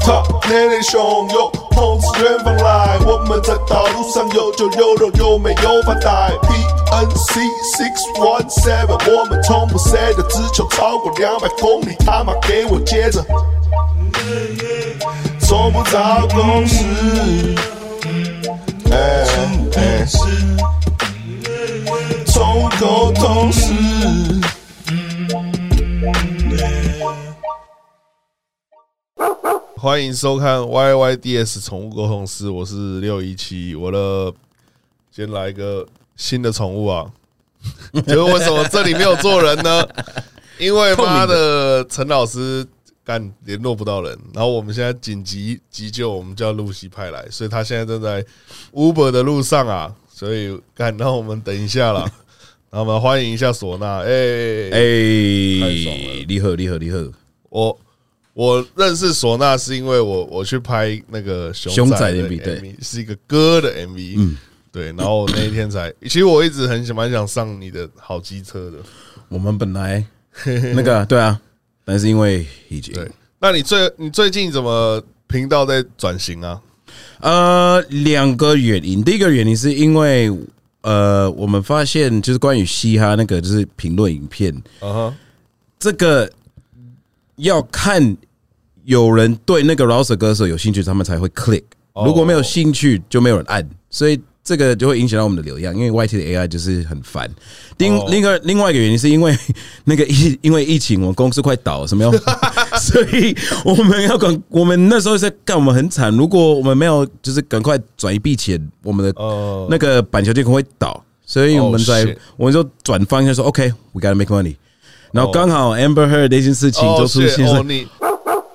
他年龄汹涌，碰自远方来。我们在道路上有酒有肉，又没有发呆。PNC six one seven，我们从不 s 的，只求超过两百公里。他妈给我接着，从不找公司。哎哎，从无沟通时。欢迎收看 YYDS 宠物沟通师，我是六一七，我的先来一个新的宠物啊， 就是为什么这里没有做人呢？因为妈的陈老师干联络不到人，然后我们现在紧急急救，我们叫露西派来，所以他现在正在 Uber 的路上啊，所以干，那我们等一下啦，那我们欢迎一下唢呐，哎、哎、爽了你好，你好，你好，我我认识唢呐是因为我我去拍那个熊熊仔仔的 MV 对嗯 MV，是一个歌的 MV，对。然后我那一天才，其实我一直很想蛮想上你的好机车的，我们本来那个对啊，但是因为疫情，对。那你最你最近怎么频道在转型啊？呃，两个原因，第一个原因是因为呃，我们发现就是关于嘻哈那个就是评论影片，啊哈，这个要看有人对那个饶舌歌手有兴趣，他们才会 click。哦如果没有兴趣，就没有人按，所以这个就会影响到我们的流量。因为 YT 的 AI 就是很烦。另哦另外另外一个原因是因为 那个疫，因为疫情，我们公司快倒了，什么要， 所以我们要赶，我们那时候在干，我们很惨。如果我们没有就是赶快转一笔钱，我们的哦那个板球店可能会倒，所以我们 Oh, 在 shit. 我们就转方向说，OK，we、gotta make money。然后刚好 Amber Heard 那件事情就出现，Oh 哦，你，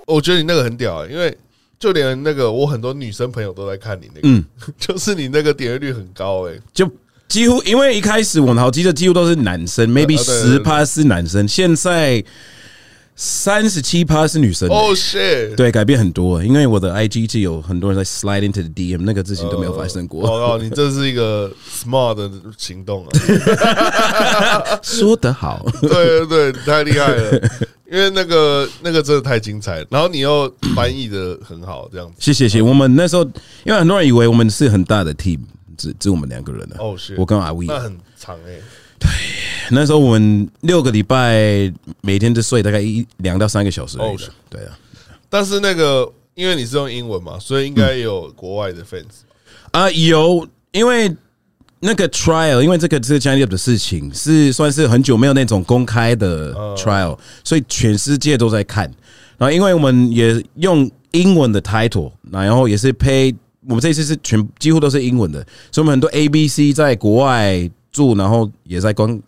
我觉得你那个很屌、欸，因为就连那个我很多女生朋友都在看你那个，嗯 就是你那个点阅率很高哎、欸就几乎因为一开始我们好记得几乎都是男生，maybe 啊对十对对趴是男生，现在三十七趴是女生。 ，Oh shit，对，改变很多，因为我的 IG 就有很多人在 slide into the DM，那个之前都没有发生过。哦，哦你这是一个 smart 的行动啊！说得好， 对对对，你太厉害了，因为那个那个真的太精彩了，然后你又翻译的很好，这样子。谢谢谢。我们那时候因为很多人以为我们是很大的 team，只只我们两个人了。啊哦，是我跟阿威。那很长哎，那时候我们六个礼拜每天就睡大概一两到三个小时而已的哦是对啊，但是那个因为你是用英文嘛，所以应该也有国外的 fans 啊、有，因为那个 trial，因为这个这个 Johnny Depp 的事情是算是很久没有那种公开的 trial，、所以全世界都在看。然后因为我们也用英文的 title，然后也是配我们这一次是全几乎都是英文的，所以我们很多 A B C 在国外住，然后也在观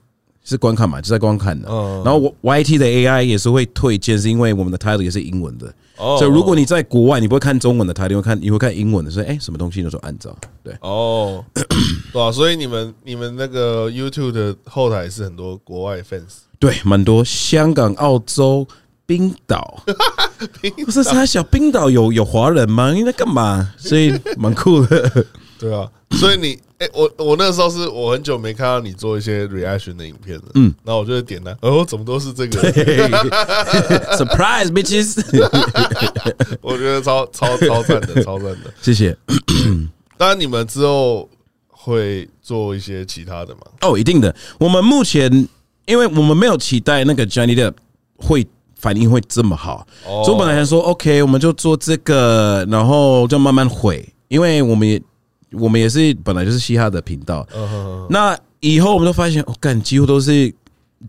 是观看嘛，就在观看的。然后我 Y T 的 A I 也是会推荐，是因为我们的 title 也是英文的。哦所以如果你在国外，你不会看中文的 title，你会看你会看英文的，所以哎、什么东西你就按照对。哦，对啊，所以你们你们那个 YouTube 的后台是很多国外 fans，对，蛮多香港、澳洲、冰岛，不是他小冰岛有有华人吗？你在干嘛？所以蛮酷的。 对啊，所以你哎、我我那时候是我很久没看到你做一些 reaction 的影片了，嗯，然后我就会点单，哦，怎么都是这个， Surprise bitches， 我觉得超超超赞的，超赞的。谢谢。当然，你们之后会做一些其他的嘛？哦，一定的。我们目前，因为我们没有期待那个 Johnny Depp 会反应会这么好，哦所以我本来想说 OK，我们就做这个，然后就慢慢毁，因为我们也我们也是本来就是嘻哈的频道，嗯那以后我们就发现，我、哦、干几乎都是。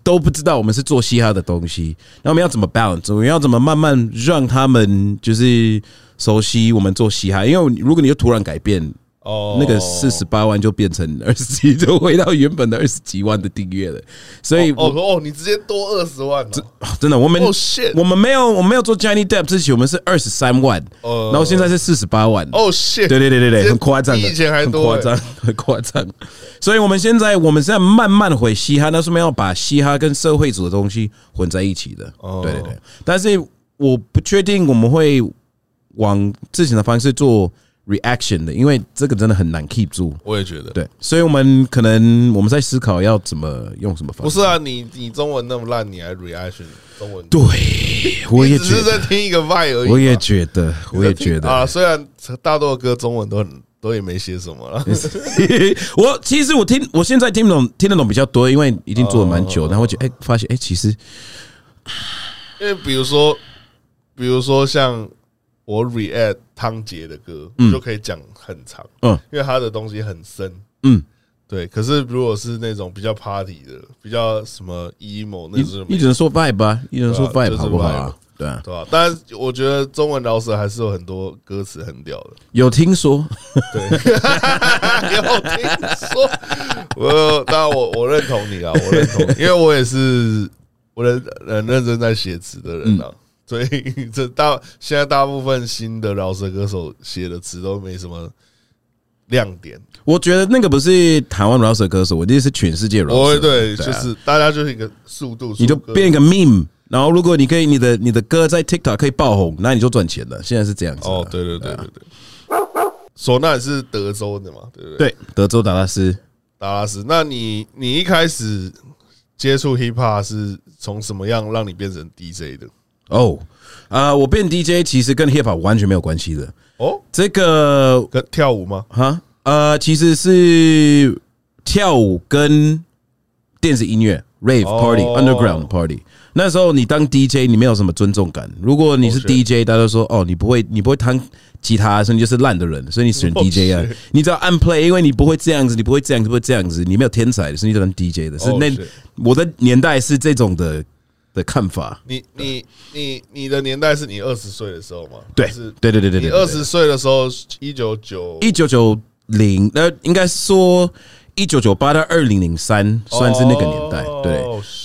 都不知道我们是做嘻哈的东西，那我们要怎么 balance？我们要怎么慢慢让他们就是熟悉我们做嘻哈？因为如果你就突然改变，哦那个四十八万就变成二十几，就回到原本的二十几万的订阅了。所以哦我，哦，你直接多二十万哦了， 真的，我们 Oh, shit 我们没有我们没有做 Johnny Depp 之前，我们是二十三万，哦然后现在是四十八万。哦 shit，对对对直对对，接很夸张的，比以前还很多夸欸张， 很夸张。所以我们现在我们现在慢慢回嘻哈，那是我们要把嘻哈跟社会组的东西混在一起的。哦对对对，但是我不确定我们会往之前的方式做 reaction 的，因为这个真的很难 keep 住。我也觉得。对，所以我们可能我们在思考要怎么用什么方不式。是啊，你你中文那么烂，你还 reaction 中文？对，我也你觉只是得，在听一个 vibe 而已嘛。我也觉得，我也觉得。啊，虽然大多的歌中文都很都也没写什么了， 我其实我听，我现在听得懂，听得懂比较多，因为已经做了蛮哦久，然后就哎、发现哎、其实因为比如说，比如说像我 react 汤杰的歌，就可以讲很长，嗯因为他的东西很深，嗯，对。可是如果是那种比较 party 的，比较什么 emo 那你是你没只能说 vibe 吧、你只能说对啊 vibe 就是好不好、啊？对啊，对吧、但是我觉得中文饶舌还是有很多歌词很屌的，有听说，对，有听说？我当然我我认同你啊，我认同你，因为我也是我认很认真在写词的人啊。所以这大现在大部分新的饶舌歌手写的词都没什么亮点，我觉得那个不是台湾 r 舌歌手，我这是全世界 r 我 o 会对，啊哦就是大家就是一个速度，你就速度变一个 meme，然后如果你可以，你的你的歌在 TikTok 可以爆红，那你就赚钱了。现在是这样子啊。哦，对对对对对，啊唢呐也是德州的嘛，对不对？对，德州达拉斯，达拉斯，那你你一开始接触 hip hop 是从什么样让你变成 DJ 的？哦，啊，我变 DJ 其实跟 hip hop 完全没有关系的。哦，这个跟跳舞吗？哈呃，其实是跳舞跟电子音乐 rave 哦 party、underground party。那时候你当 DJ，你没有什么尊重感。如果你是哦是 DJ，大家都说哦，你不会，你不会弹吉他，所以你就是烂的人，所以你选哦 DJ 啊是。你只要按 play，因为你不会这样子，你不会这样子，不会这样子，你没有天才，所以你就当 DJ 的。是哦那是我的年代是这种的的看法。你你你你的年代是你二十岁的时候吗？对还是对对对对你对，二十岁的时候，一九九一九九零，呃，应该说一九九八到二零零三，算是那个年代。哦对，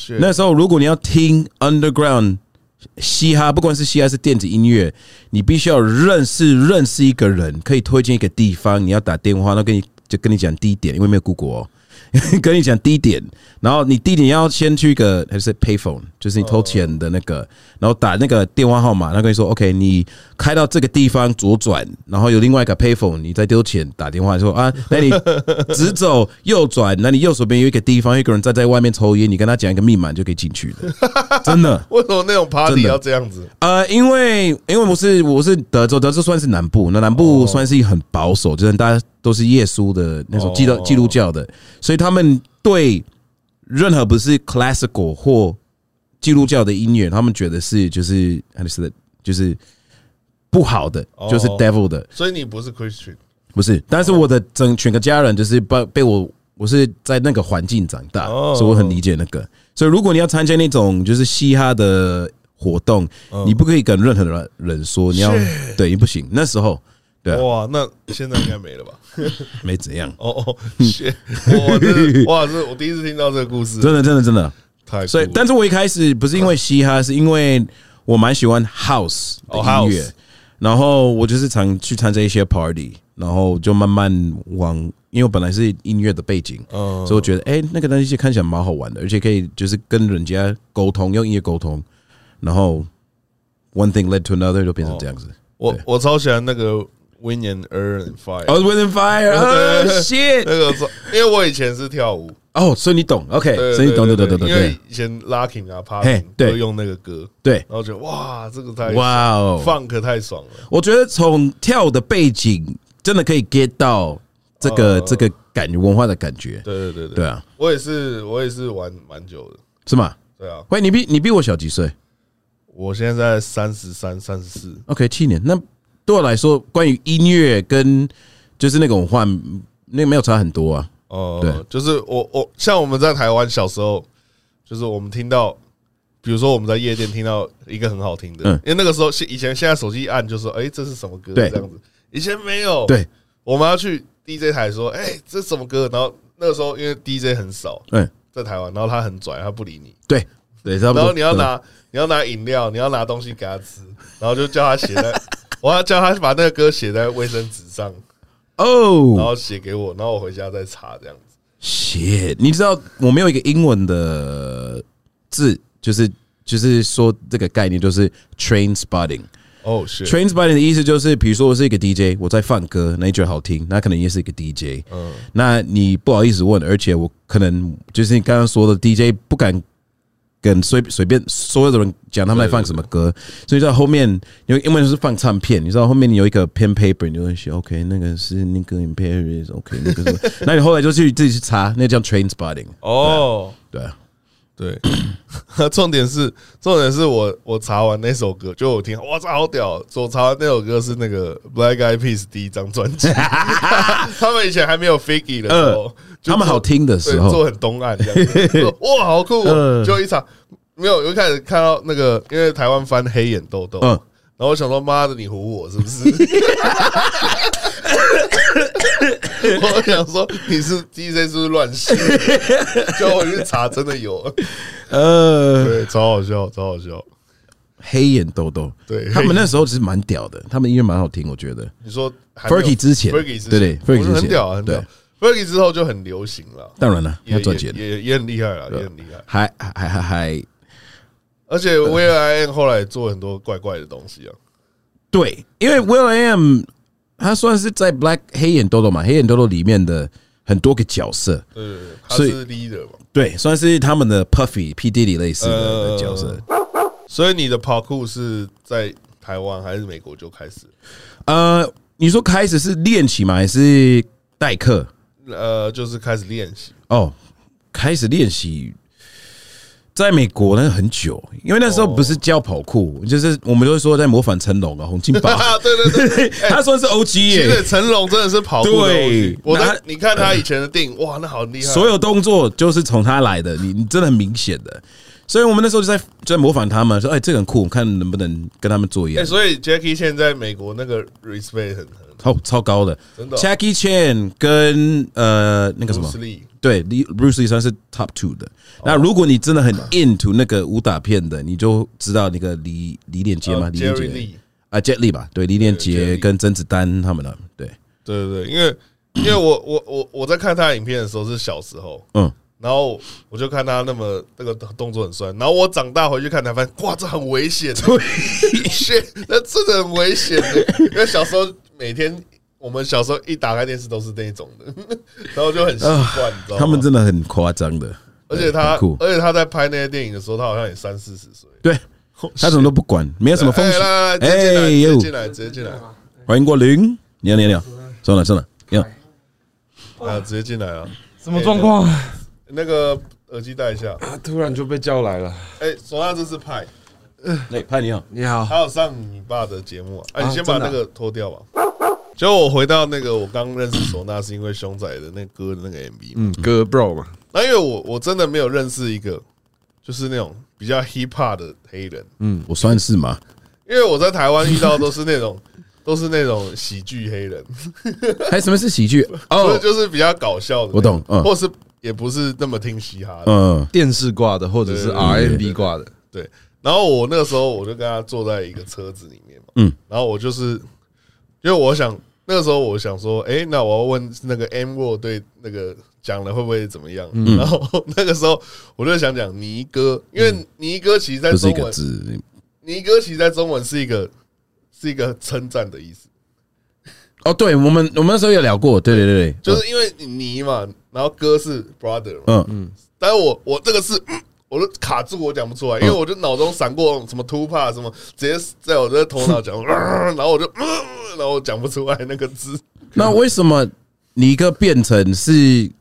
对那时候如果你要听 underground 嘻哈，不管是嘻哈还是电子音乐，你必须要认识认识一个人，可以推荐一个地方，你要打电话，那跟你就跟你讲地点，因为没有 Google 哦。 跟你讲地点，然后你地点要先去一个还是 payphone，就是你偷钱的那个，然后打那个电话号码，他跟你说 OK，你开到这个地方左转，然后有另外一个 payphone，你再丢钱打电话说啊，那你直走右转，那你右手边有一个地方，有一个人站在外面抽烟，你跟他讲一个密码你就可以进去 的，真的。为什么那种 party 真的要这样子？呃，因为因为我是我是德州，德州算是南部，那南部算是很保守，就是大家都是耶稣的那种基督哦基督教的，所以他们对任何不是 classical 或基督教的音乐，他们觉得是就是还是就是不好的，就是哦 devil 的，所以你不是 Christian 不是。但是我的整整个家人就是被被我我是在那个环境长大，哦所以我很理解那个。所以如果你要参加那种就是嘻哈的活动，你不可以跟任何人人说你要对，你不行。那时候对啊哇？那现在应该没了吧？没怎样，哦哦，shit，哇，这是哇，这是我第一次听到这个故事，真的真的真的。太酷了所以，但是我一开始不是因为嘻哈，是因为我蛮喜欢 house 的哦音乐 house 然后我就是常去参加一些 party，然后就慢慢往，因为我本来是音乐的背景，嗯所以我觉得哎、那个东西看起来蛮好玩的，而且可以就是跟人家沟通，用音乐沟通，然后 one thing led to another 就变成这样子。我我超喜欢那个 Win and Earn and Fire， I was within fire, 对 oh 对对 shit！ 那个超，因为我以前是跳舞，哦，所以你懂，OK，对所以你懂，对懂，懂，懂，因为对，以前 locking 啊 p a r t 嘿 y 对都用那个歌，对，然后觉得哇，这个太哇哦， funk 太爽了，我觉得从跳舞的背景真的可以 get 到这哦个、这个感觉文化的感觉，对对对对，啊，我也是我也是玩蛮久的，是吗？对啊，喂，你比你比我小几岁我现在三十三、三十四， ？OK，七年。那对我来说，关于音乐跟就是那个文化，那个没有差很多啊。对哦，就是我我像我们在台湾小时候，就是我们听到。比如说我们在夜店听到一个很好听的，嗯因为那个时候以前现在手机一按就说，哎、这是什么歌？对这样子，以前没有，对，我们要去 DJ 台说，哎、这什么歌？然后那个时候因为 DJ 很少嗯，在台湾，然后他很拽，他不理你，对对，差不多。然后你要对拿你要拿饮料，你要拿东西给他吃，然后就叫他写在，我要叫他把那个歌写在卫生纸上，然哦后写给我，然后我回家再查这样子。 ，shit！你知道我没有一个英文的字，就是就是说这个概念就是 train spotting。哦，是 Trains by 的意思就是，比如说我是一个 DJ，我在放歌，那你觉得好听，那可能也是一个 DJ。嗯，那你不好意思问，而且我可能就是你刚刚说的 DJ 不敢跟随随便所有的人讲他们在放什么歌，所以在后面，因为因为是放唱片，你知道后面你有一个 pen paper，你就会写 OK，那个是那个 i m p e r i s OK，那个什么， 那你后来就去自己去查，那叫 Train spotting。哦，对啊，对， 重点是重点是我我查完那首歌，就我听，哇，这好屌！哦我查完那首歌是那个 Black Eyed Peas 第一张专辑， 他们以前还没有 Figgy 的时候，就呃他们好听的对时候做，很东岸这样子，说哇，好酷、哦！嗯就一场没有，我一开始看到那个，因为台湾翻黑眼豆豆，嗯然后我想说，妈的，你唬我是不 是？我想说你是 DJ 是不是乱写？就我去查，真的有，呃，对，超好笑，超好笑。黑眼豆豆，对他们那时候其实蛮屌的，他们音乐蛮好听，我觉得。你说 Fergie 之前 f e r g i e 之前，对对，Fergie 我觉得之很前屌啊，很屌对。 Fergie 之后就很流行了，当然了，也要赚钱，啊也也也很厉害了，也很厉害。还还还还还而且 Will I Am 后来也做很多怪怪的东西啊，对，因为 Will I Am 他算是在 Black 黑眼豆豆嘛，黑眼豆豆里面的很多个角色，对对对，他所以是 leader 嘛。对，算是他们的 Puffy P D 里类似的呃的角色。所以你的跑酷是在台湾还是美国就开始？呃，你说开始是练习吗？还是代课？呃，就是开始练习。哦，开始练习，在美国那很久，因为那时候哦不是教跑酷，就是我们都会说在模仿成龙啊、洪金 宝，啊，对对 对，他算是 O G 其实耶，成龙真的是跑酷的东西对我在那你看他以前的电影，哇，那好厉害。所有动作就是从他来的，你你真的很明显的。所以我们那时候就在就在模仿他们，说哎，这个很酷，看能不能跟他们做一哎，样。所以 Jackie 现在美国那个 respect 很很超哦超高的真的哦，Jackie Chan 跟呃那个什么 Bruce Lee 哦对，Lee- Bruce Lee 算是 top two 的。那如果你真的很 into 那个武打片的，你就知道那个李李连杰吗？呃李连 Jerry 杰 Lee 啊，Jet Li 吧，对，李连对，Jet 杰 Li 跟甄子丹他们的，对，对对对，因为 因为我我我我在看他的影片的时候是小时候，嗯，然后我就看他那么那个动作很帅，然后我长大回去看才发现，哇，这很危险，shit，那真的很危险的。因为小时候每天，我们小时候一打开电视都是那一种的， 然后就很习惯，你知道吗？啊他们真的很夸张的，而且很他酷，而且他在拍那些电影的时候，他好像也三四十岁。对他怎么都不管，没有什么风哦哎险。来来来，直接进来，哎直接呦，进来，直接进来，欢迎光临，你好，你好，你好，算了算了，你好，啊，直接进来啊！什么状况？那个耳机戴一下。哎啊突然就被叫来了。哎，手上这是派，哎，派你好，你好，还有上你爸的节目啊！哎，你啊先把真的那啊个脱掉吧。就我回到那个我刚认识唢呐，是因为熊仔的那歌的那个 MV 嘛。嗯，哥 bro 嘛，那因为我我真的没有认识一个，就是那种比较 hip hop 的黑人，嗯我算是嘛，因为我在台湾遇到都是那种 都是那种喜剧黑人，还哎什么是喜剧？ 所哦以，就是比较搞笑的那种，我懂嗯或是也不是那么听嘻哈的，嗯，电视挂的或者是对对 RMB 挂的，对。然后我那个时候我就跟他坐在一个车子里面嘛，嗯，然后我就是因为我想那个时候我想说，哎、那我要问那个 M w o 对那个讲了会不会怎么样？嗯然后那个时候我就想讲尼哥，因为尼哥其实在嗯就是中一个文字，尼哥其实在中文是一个是一个称赞的意思，哦，对我们我们那时候有聊过，对对对对，就是因为尼嘛，然后哥是 brother 嘛，嗯嗯但是我我这个是。嗯我都卡住，我讲不出来，因为我就脑中闪过什么 two p a 什么，直接在我的头脑讲，呃然后我就，嗯然后我讲不出来那个字，那为什么尼哥变成是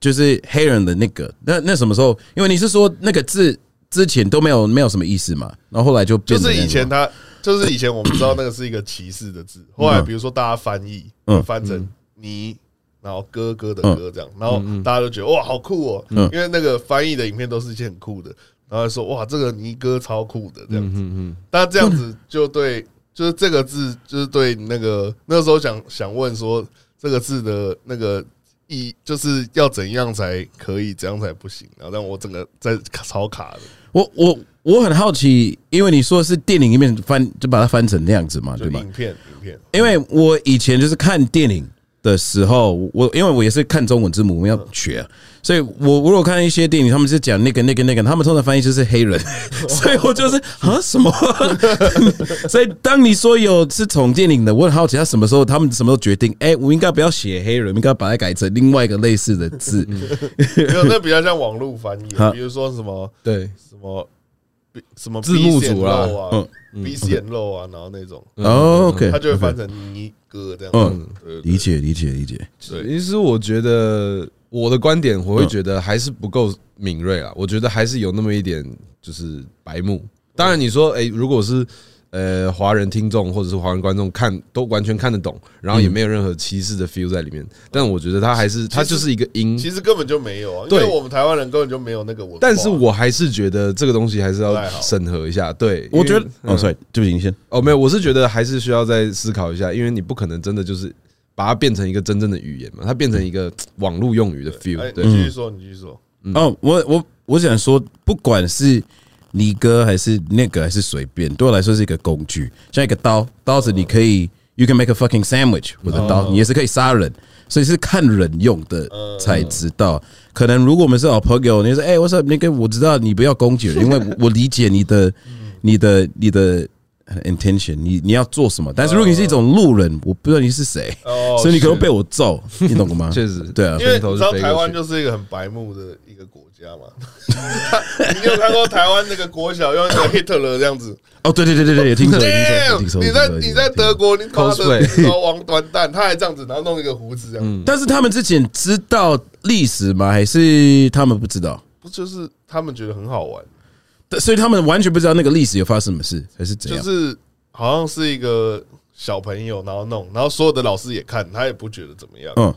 就是黑人的那个？那那什么时候？因为你是说那个字之前都没有没有什么意思嘛，然后后来就就变成是以前那个他，就是以前我们知道那个是一个歧视的字，后来比如说大家翻译，嗯翻成你，然后哥哥的哥这样，然后大家都觉得哇好酷哦，嗯因为那个翻译的影片都是一些很酷的，然后说哇这个尼哥超酷的这样子，但这样子就对，就是这个字就是对那个那时候想想问说这个字的那个。意就是要怎样才可以，怎样才不行，然后让我整个在超卡的，我我我很好奇，因为你说是电影里面翻就把它翻成那样子嘛，就对吧？影片影片，因为我以前就是看电影，的时候，我因为我也是看中文字母，我们要学，所以我我有看一些电影，他们是讲那个那个那个，他们通常翻译就是黑人，所以我就是啊什么？所以当你说有是从电影的，我很好奇他什么时候他们什么时候决定，哎、我应该不要写黑人，我应该把它改成另外一个类似的字，没 有，那比较像网络翻译啊好，比如说什么对，什么什么字幕组啦啊嗯鼻息眼肉啊，然后那种，哦，OK 他就会翻成尼哥这样。嗯嗯，对理解理解理解，对其实我觉得我的观点，我会觉得还是不够敏锐啊。我觉得还是有那么一点就是白目。当然，你说诶，如果是呃华人听众或者是华人观众看，都完全看得懂，然后也没有任何歧视的 feel 在里面。但我觉得他还是他就是一个音。其实根本就没有啊，因对为我们台湾人根本就没有那个文化。啊但是我还是觉得这个东西还是要不太好审核一下。对，我觉得因为哦，sorry，对不起，你先，哦，没有，我是觉得还是需要再思考一下，因为你不可能真的就是把它变成一个真正的语言嘛，它变成一个嘖网络用语的哎 feel，你对，继续说，你继续说。哦，我我我想说，不管是你哥还是那个还是随便，对我来说是一个工具，像一个刀，刀子你可以、you can make a fucking sandwich，我的哦刀、你也是可以杀人，所以是看人用的呃才知道。可能如果我们是好朋友，你说哎、我说那个我知道你不要攻击人，因为我我理解你 的嗯你的你的。intention，你你要做什么？但是如果你是一种路人，我不知道你是谁哦所以你可能是被我揍，你懂 吗？确实对啊，因为分头你是知道飞过台湾去就是一个很白目的一个国家嘛， 你有看过台湾那个国小用那个 Hitler 这样子？哦，对对对对对，听说有 Damn！听说有听说有你在听说有你在德国，你妈 Cosplay 的老王短蛋，他还这样子，然后弄一个胡子这样，但是他们之前知道历史吗？还是他们不知道？不就是他们觉得很好玩？对所以他们完全不知道那个历史有发生什么事，还是怎就样？是好像是一个小朋友，然后弄，然后所有的老师也看，他也不觉得怎么样。嗯，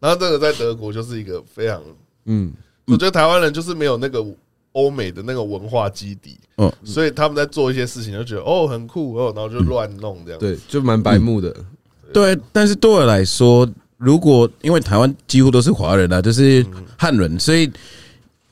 然后这个在德国就是一个非常，嗯，我觉得台湾人就是没有那个欧美的那个文化基底，嗯所以他们在做一些事情就觉得哦很酷哦，然后就乱弄这样。对，就蛮白目的，对。但是对我来说，如果因为台湾几乎都是华人啊，就是汉人，所以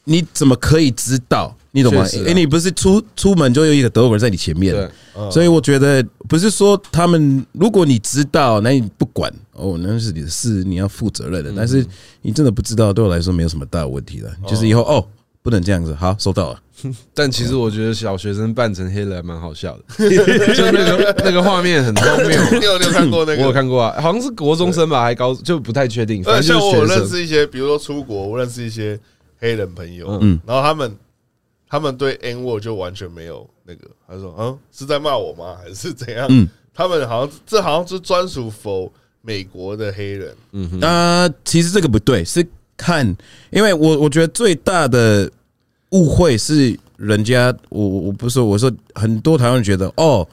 你怎么可以知道？你懂吗？确实啊因为你不是出出门就有一个德国人在你前面对，嗯所以我觉得不是说他们，如果你知道，那你不管哦，那是你的事，你要负责任嗯的。但是你真的不知道，对我来说没有什么大问题的。就是以后哦，不能这样子。好，收到了。但其实我觉得小学生扮成黑人还蛮好笑的， 就那个那个画面很荒谬。啊你有你有看过 那我个？有看过啊，好像是国中生吧，还高就不太确定，呃，反像正就我认是学生。识一些，比如说出国，我认识一些黑人朋友，嗯，然后他们他们对 N word 就完全没有那个，他说，嗯，是在骂我吗？还是怎样？嗯他们好像这好像是专属否美国的黑人，啊，其实这个不对，是看，因为我我觉得最大的误会是人家，我我我不是说，我说很多台湾人觉得哦，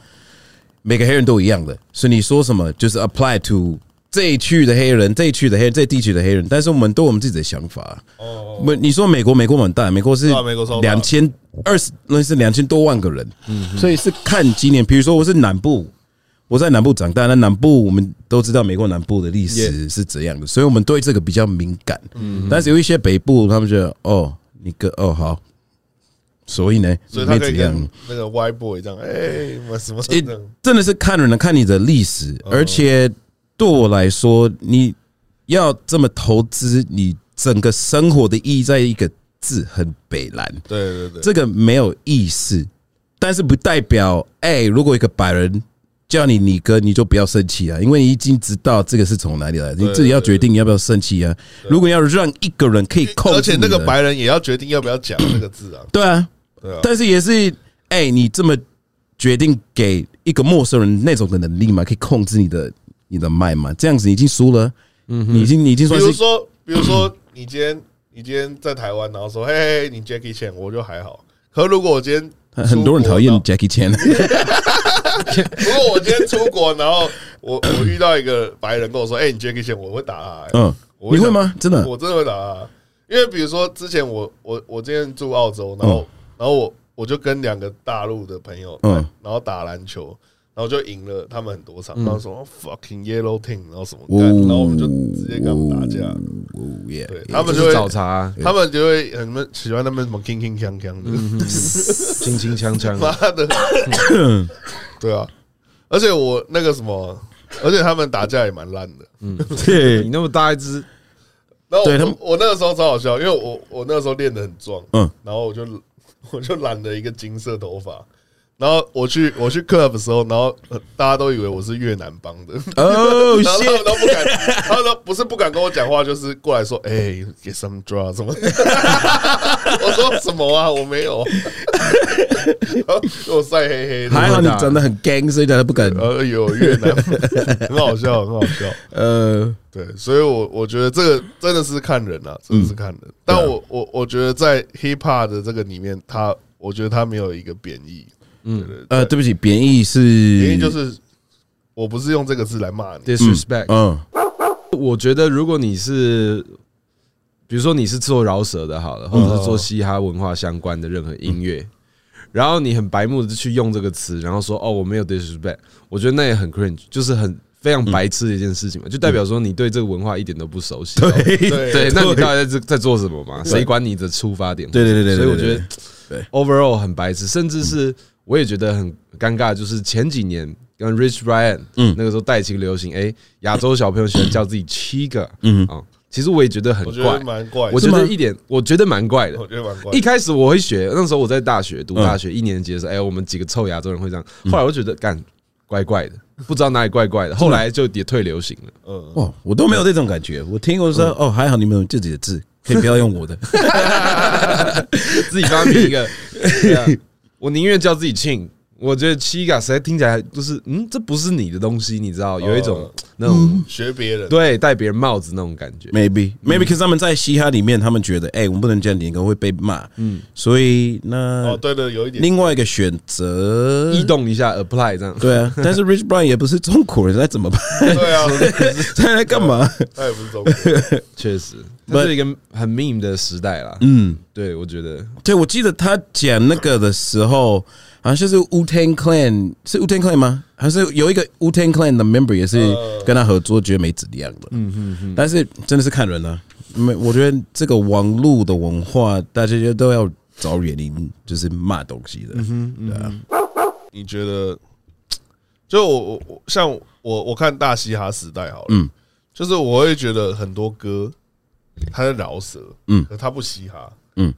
每个黑人都一样的，所以你说什么就是 apply to 这一区的黑人，这一区的黑人，这一地区的黑人，但是我们都有我们自己的想法。哦，不，你说美国，美国很大，美国是对啊美国超大嗯两千二十，那是两千多万个人，所以是看今年，比如说我是南部。我在南部长大，那南部我们都知道美国南部的历史是怎样的，所以我们对这个比较敏感。嗯但是有一些北部，他们觉得哦，你哥哦好，所以呢，所以他没可以怎样跟。那个 white boy 这样，哎、什么什么诶的，嗯真的是看人的，啊看你的历史，而且对我来说，你要这么投资你整个生活的意义，在一个字很北蓝，对对对，这个没有意思，但是不代表哎、如果一个白人叫你你哥，你就不要生气啊，因为你已经知道这个是从哪里来的，你自己要决定你要不要生气啊。如果要让一个人可以控制，而且那个，白人也要决定要不要讲这个字啊，对啊，对啊，但是也是哎、你这么决定给一个陌生人那种的能力嘛，可以控制你的你的脉嘛，这样子你已经输了，你已经你已经比算如是说，比如说，你今天你今天在台湾，然后说，嘿嘿，你 Jackie Chan，我就还好。可如果我今天很很多人出国讨厌然后 Jackie Chan， 如果我今天出国，然后我 我遇到一个白人跟我说，哎，你 Jackie Chan，我会打他。欸嗯，我会你会打吗真的我真的会打他。因为比如说，之前我我我今天住澳洲，然后然后我我就跟两个大陆的朋友，嗯嗯嗯，然后打篮球。然后就赢了他们很多场，然后说、哦 fucking yellow team，然后什么干，然后我们就直接跟他们打架。哦耶对他们就就是会找茬 啊，他们就会很闷喜欢他们什么铿铿锵锵嗯的，轻轻锵锵。嗯啊妈的，对啊。而且我那个什么，而且他们打架也蛮烂的。你对，那么大一只，嗯然后对他们我我那个时候超好笑，因为我我那个时候练得很壮，嗯然后我就 我就染了一个金色头发，然后我去我去 club 的时候，然后呃大家都以为我是越南帮的，哦，然后他们谢，都不敢，他们都不是不敢跟我讲话，就是过来说，哎、g e t some drugs 什么的。 我说什么啊？我没有， 然后给我晒黑黑的。还好你长得很 gang，所以大家不敢。呃，有越南， 很好笑，很好笑。呃，对，所以我，我觉得这个真的是看人啊，真的是看人。嗯但我、啊我我觉得在 hip hop 的这个里面，他我觉得他没有一个贬义，嗯，呃，对不起，贬义是贬义就是我不是用这个字来骂你， disrespect。嗯我觉得如果你是，比如说你是做饶舌的，好了，或者是做嘻哈文化相关的任何音乐，然后你很白目的去用这个词，然后说哦我没有 disrespect，我觉得那也很 cringe，就是很非常白痴的一件事情嘛，就代表说你对这个文化一点都不熟悉。对对对，那你到底在这在做什么嘛？谁管你的出发点？对对对对对所以我觉对得对 overall 很白痴，甚至是我也觉得很尴尬，就是前几年跟 Rich Brian，嗯，那个时候带情流行，哎，亚洲小朋友喜欢叫自己 Chiga，嗯啊，其实我也觉得很我觉怪得，蛮怪的，我觉是得吗一点，我觉得蛮怪的我。觉得蛮怪的一。开始我会学，那时候我在大学嗯读大学一年级的时候，哎，我们几个臭亚洲人会这样，后来我就觉得干怪怪的，不知道哪里怪嗯怪的，后来就也退流行了。哇，我都没有这种感觉。我听我说，哦，还好你们有自己的字，可以不要用我的。自己发明一个。 对啊我宁愿叫自己庆，我觉得 Chiga 实在听起来就是，嗯，这不是你的东西，你知哦道，有一种那种学别人，对戴别人帽子那种感觉。 Maybe maybe 可是他们在嘻哈里面，他们觉得，哎，我们不能这样，你可能会被骂。嗯，所以哦那，对对，有一点，另外一个选择，异动一下 apply 这样，对啊，但是 Rich Brian 也不是中国人，那怎么办？ 对啊，他在干嘛？他也不是中国人，确实，这是一个很 meme 的时代啦。嗯，对，我觉得对，我记得他讲那个的时候，好像就是 Wu Tang Clan 是 Wu Tang Clan 吗？还是有一个 Wu Tang Clan 的 member 也是跟他合作，觉得没质量的。嗯嗯嗯。但是真的是看人啊，没，我觉得这个网络的文化，大家就都要找原因，就是骂东西的。对啊，你觉得？就我我我像我我看大嘻哈时代好了，嗯就是我会觉得很多歌他在饶舌，嗯可他不嘻哈，嗯，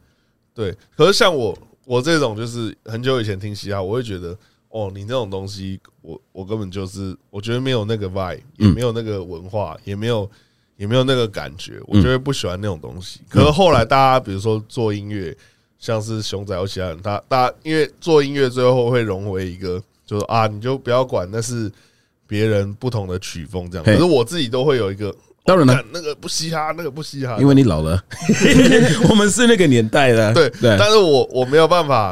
对。可是像我我这种就是很久以前听嘻哈，我会觉得哦，你那种东西，我我根本就是我觉得没有那个 vibe，也嗯没有那个文化，也没有也没有那个感觉，嗯我就会不喜欢那种东西。可是后来大家比如说做音乐，像是熊仔或其他人，他大家因为做音乐最后会融为一个，就是啊，你就不要管那是别人不同的曲风这样。嘿可是我自己都会有一个。当然了干那个不嘻哈，那个不嘻哈，因为你老了，我们是那个年代的啊。对对，但是我我没有办法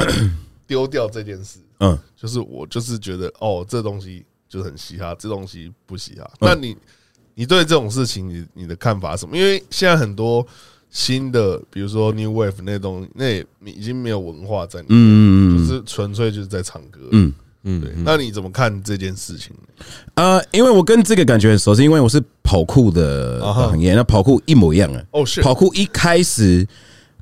丢掉这件事，嗯就是我就是觉得哦，这东西就是很嘻哈，这东西不嘻嗯哈。那你你对这种事情你你的看法是什么？因为现在很多新的，比如说 New Wave 那东那也已经没有文化在里面，嗯嗯就嗯是纯粹就是在唱歌。嗯。对，那你怎么看这件事情？呃，因为我跟这个感觉很熟，是因为我是跑酷的啊哈行业，那跑酷一模一样啊。哦是跑酷一开始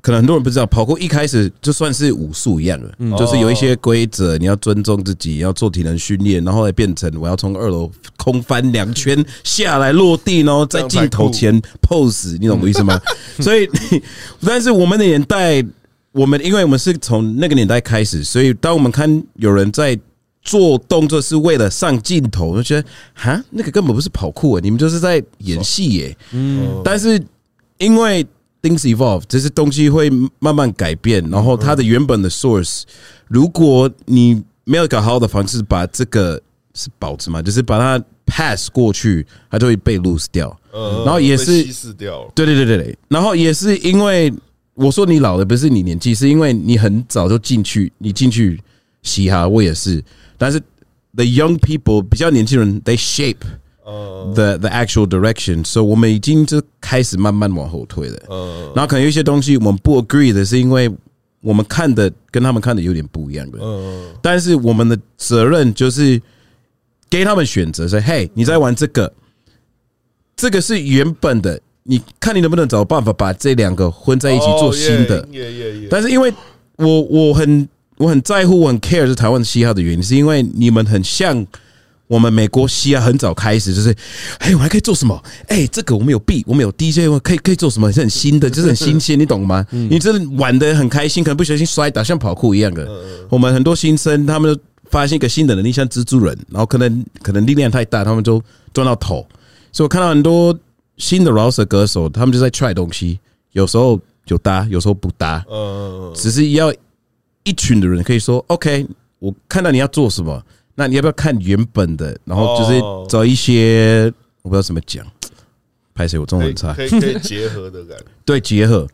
可能很多人不知道，跑酷一开始就算是武术一样了，就是有一些规则，你要尊重自己，要做体能训练，然后后来变成我要从二楼空翻两圈下来落地，然后在镜头前 pose，你懂我意思吗？ 所以，但是我们的年代，我们因为我们是从那个年代开始，所以当我们看有人在。做动作是为了上镜头，我就觉得哈，那个根本不是跑酷、欸，你们就是在演戏耶、嗯，但是因为 things evolve，这些东西会慢慢改变，然后它的原本的 source，如果你没有一个好的方式把这个是保持嘛，就是把它 pass 过去，它就会被 lose 掉。呃然后也被是稀释掉了。对对对对对，然后也是因为我说你老了，不是你年纪，是因为你很早就进去，你进去嘻哈，我也是，但是 the young people 比较年轻人，they shape 嗯 the the actual direction，所、so、以我们已经就开始慢慢往后退了。嗯然后可能有一些东西我们不 agree 的，是因为我们看的跟他们看的有点不一样的。嗯，但是我们的责任就是给他们选择，说：“嘿，你在玩这个，这个是原本的，你看你能不能找办法把这两个混在一哦起做新的。耶耶耶。但是因为我我很我很在乎，我很 care 是台湾嘻哈的原因，是因为你们很像我们美国西安很早开始就是，哎，我还可以做什么？哎，这个我们有 B，我们有 DJ，我可以可以做什么？是很新的，就是很新鲜，你懂吗？你这玩的很开心，可能不小心摔倒，像跑酷一样的。我们很多新生他们都发现一个新的能力，像蜘蛛人，然后可能可能力量太大，他们就撞到头。所以我看到很多新的饶舌歌手，他们就在 try 东西，有时候有搭，有时候不搭，嗯，只是要一群的人可以说 OK，我看到你要做什么，那你要不要看原本的？然后就是哦找一些我不知道怎么讲，拍谁我中文可以很差可，以可以结合的感觉，对结合，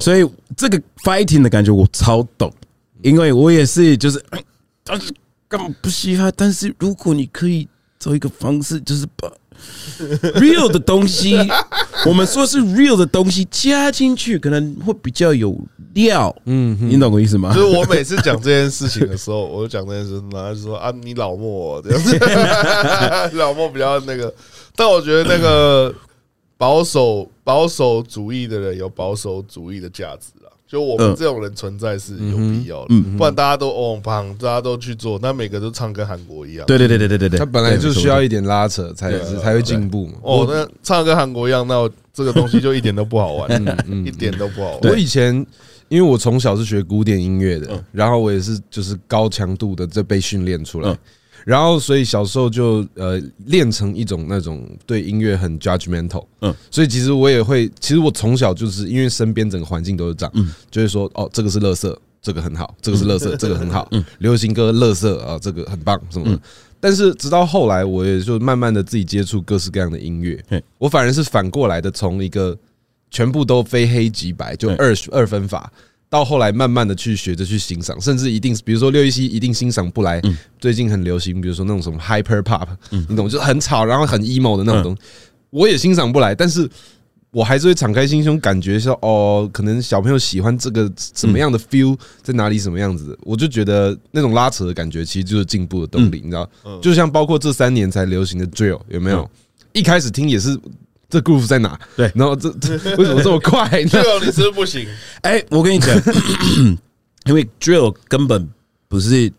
所以这个 fighting 的感觉我超懂，因为我也是就是， 嗯但是根本不嘻哈，但是如果你可以找一个方式，就是 把 real 的东西，我们说是 real 的东西加进去，可能会比较有料，嗯，你懂我意思吗就？是我每次讲这件事情的时候，我就讲这件事，然后就说啊，你老莫哦这样子，老莫比较那个。但我觉得那个保守保守主义的人有保守主义的价值啦，就我们嗯这种人存在是有必要的，不然大家都哦棒，大家都去做，那每个都唱跟韩国一样。对对对对对对对，他本来就需要对一点拉扯，才是才会进步嘛。哦，那唱跟韩国一样，那我这个东西就一点都不好玩，一点都不好我玩。以前因为我从小是学古典音乐嗯的，然后我也是就是高强度的这被训练出来嗯，然后所以小时候就呃练成一种那种对音乐很 judgmental，嗯嗯，所以其实我也会，其实我从小就是因为身边整个环境都是这样，嗯就会说哦这个是垃圾，这个很好，这个是垃圾，这个很好，嗯流行歌垃圾啊，这个很棒什么的。但是直到后来，我也就慢慢的自己接触各式各样的音乐嘿，我反而是反过来的，从一个全部都非黑即白，就对二二分法。到后来慢慢的去学着去欣赏，甚至一定，比如说六一七一定欣赏不来，嗯最近很流行，比如说那种什么 hyper pop，你懂，就是很吵，然后很 emo 的那种嗯东西，我也欣赏不来，但是我还是会敞开心胸，感觉说哦，可能小朋友喜欢这个什么样嗯的 feel 在哪里，什么样子的，我就觉得那种拉扯的感觉，其实就是进步的动嗯力，你知道？就像包括这三年才流行的 drill，有没有嗯？一开始听也是这 groove 在哪？对然后这这为什么这么 快？这个你是不是不行，哎、我跟你讲，因为 drill 根本不是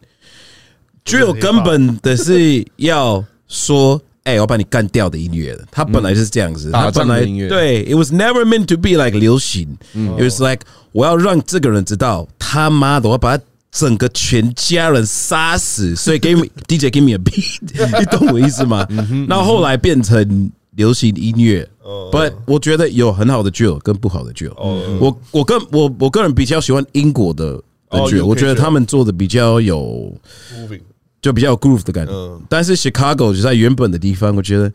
drill 根本的是要说，哎、我把你干掉的音乐了。它本来就是这样子，打它仗本的来音乐对，it was never meant to be like 流行、i Mm. t was like 我要让这个人知道，他妈的，我要把他。整个全家人杀死，所 以 give me DJ give me a beat，你懂我意思吗？那后来变成流行音乐 Mm-hmm，哦，but 我觉得有很好的 drill 跟不好的 drill。哦我我个我我个人比较喜欢英国的的哦 drill， UK 我觉得他们做的比较有，moving，就比较有 groove 的感觉嗯。但是 Chicago 就在原本的地方，我觉得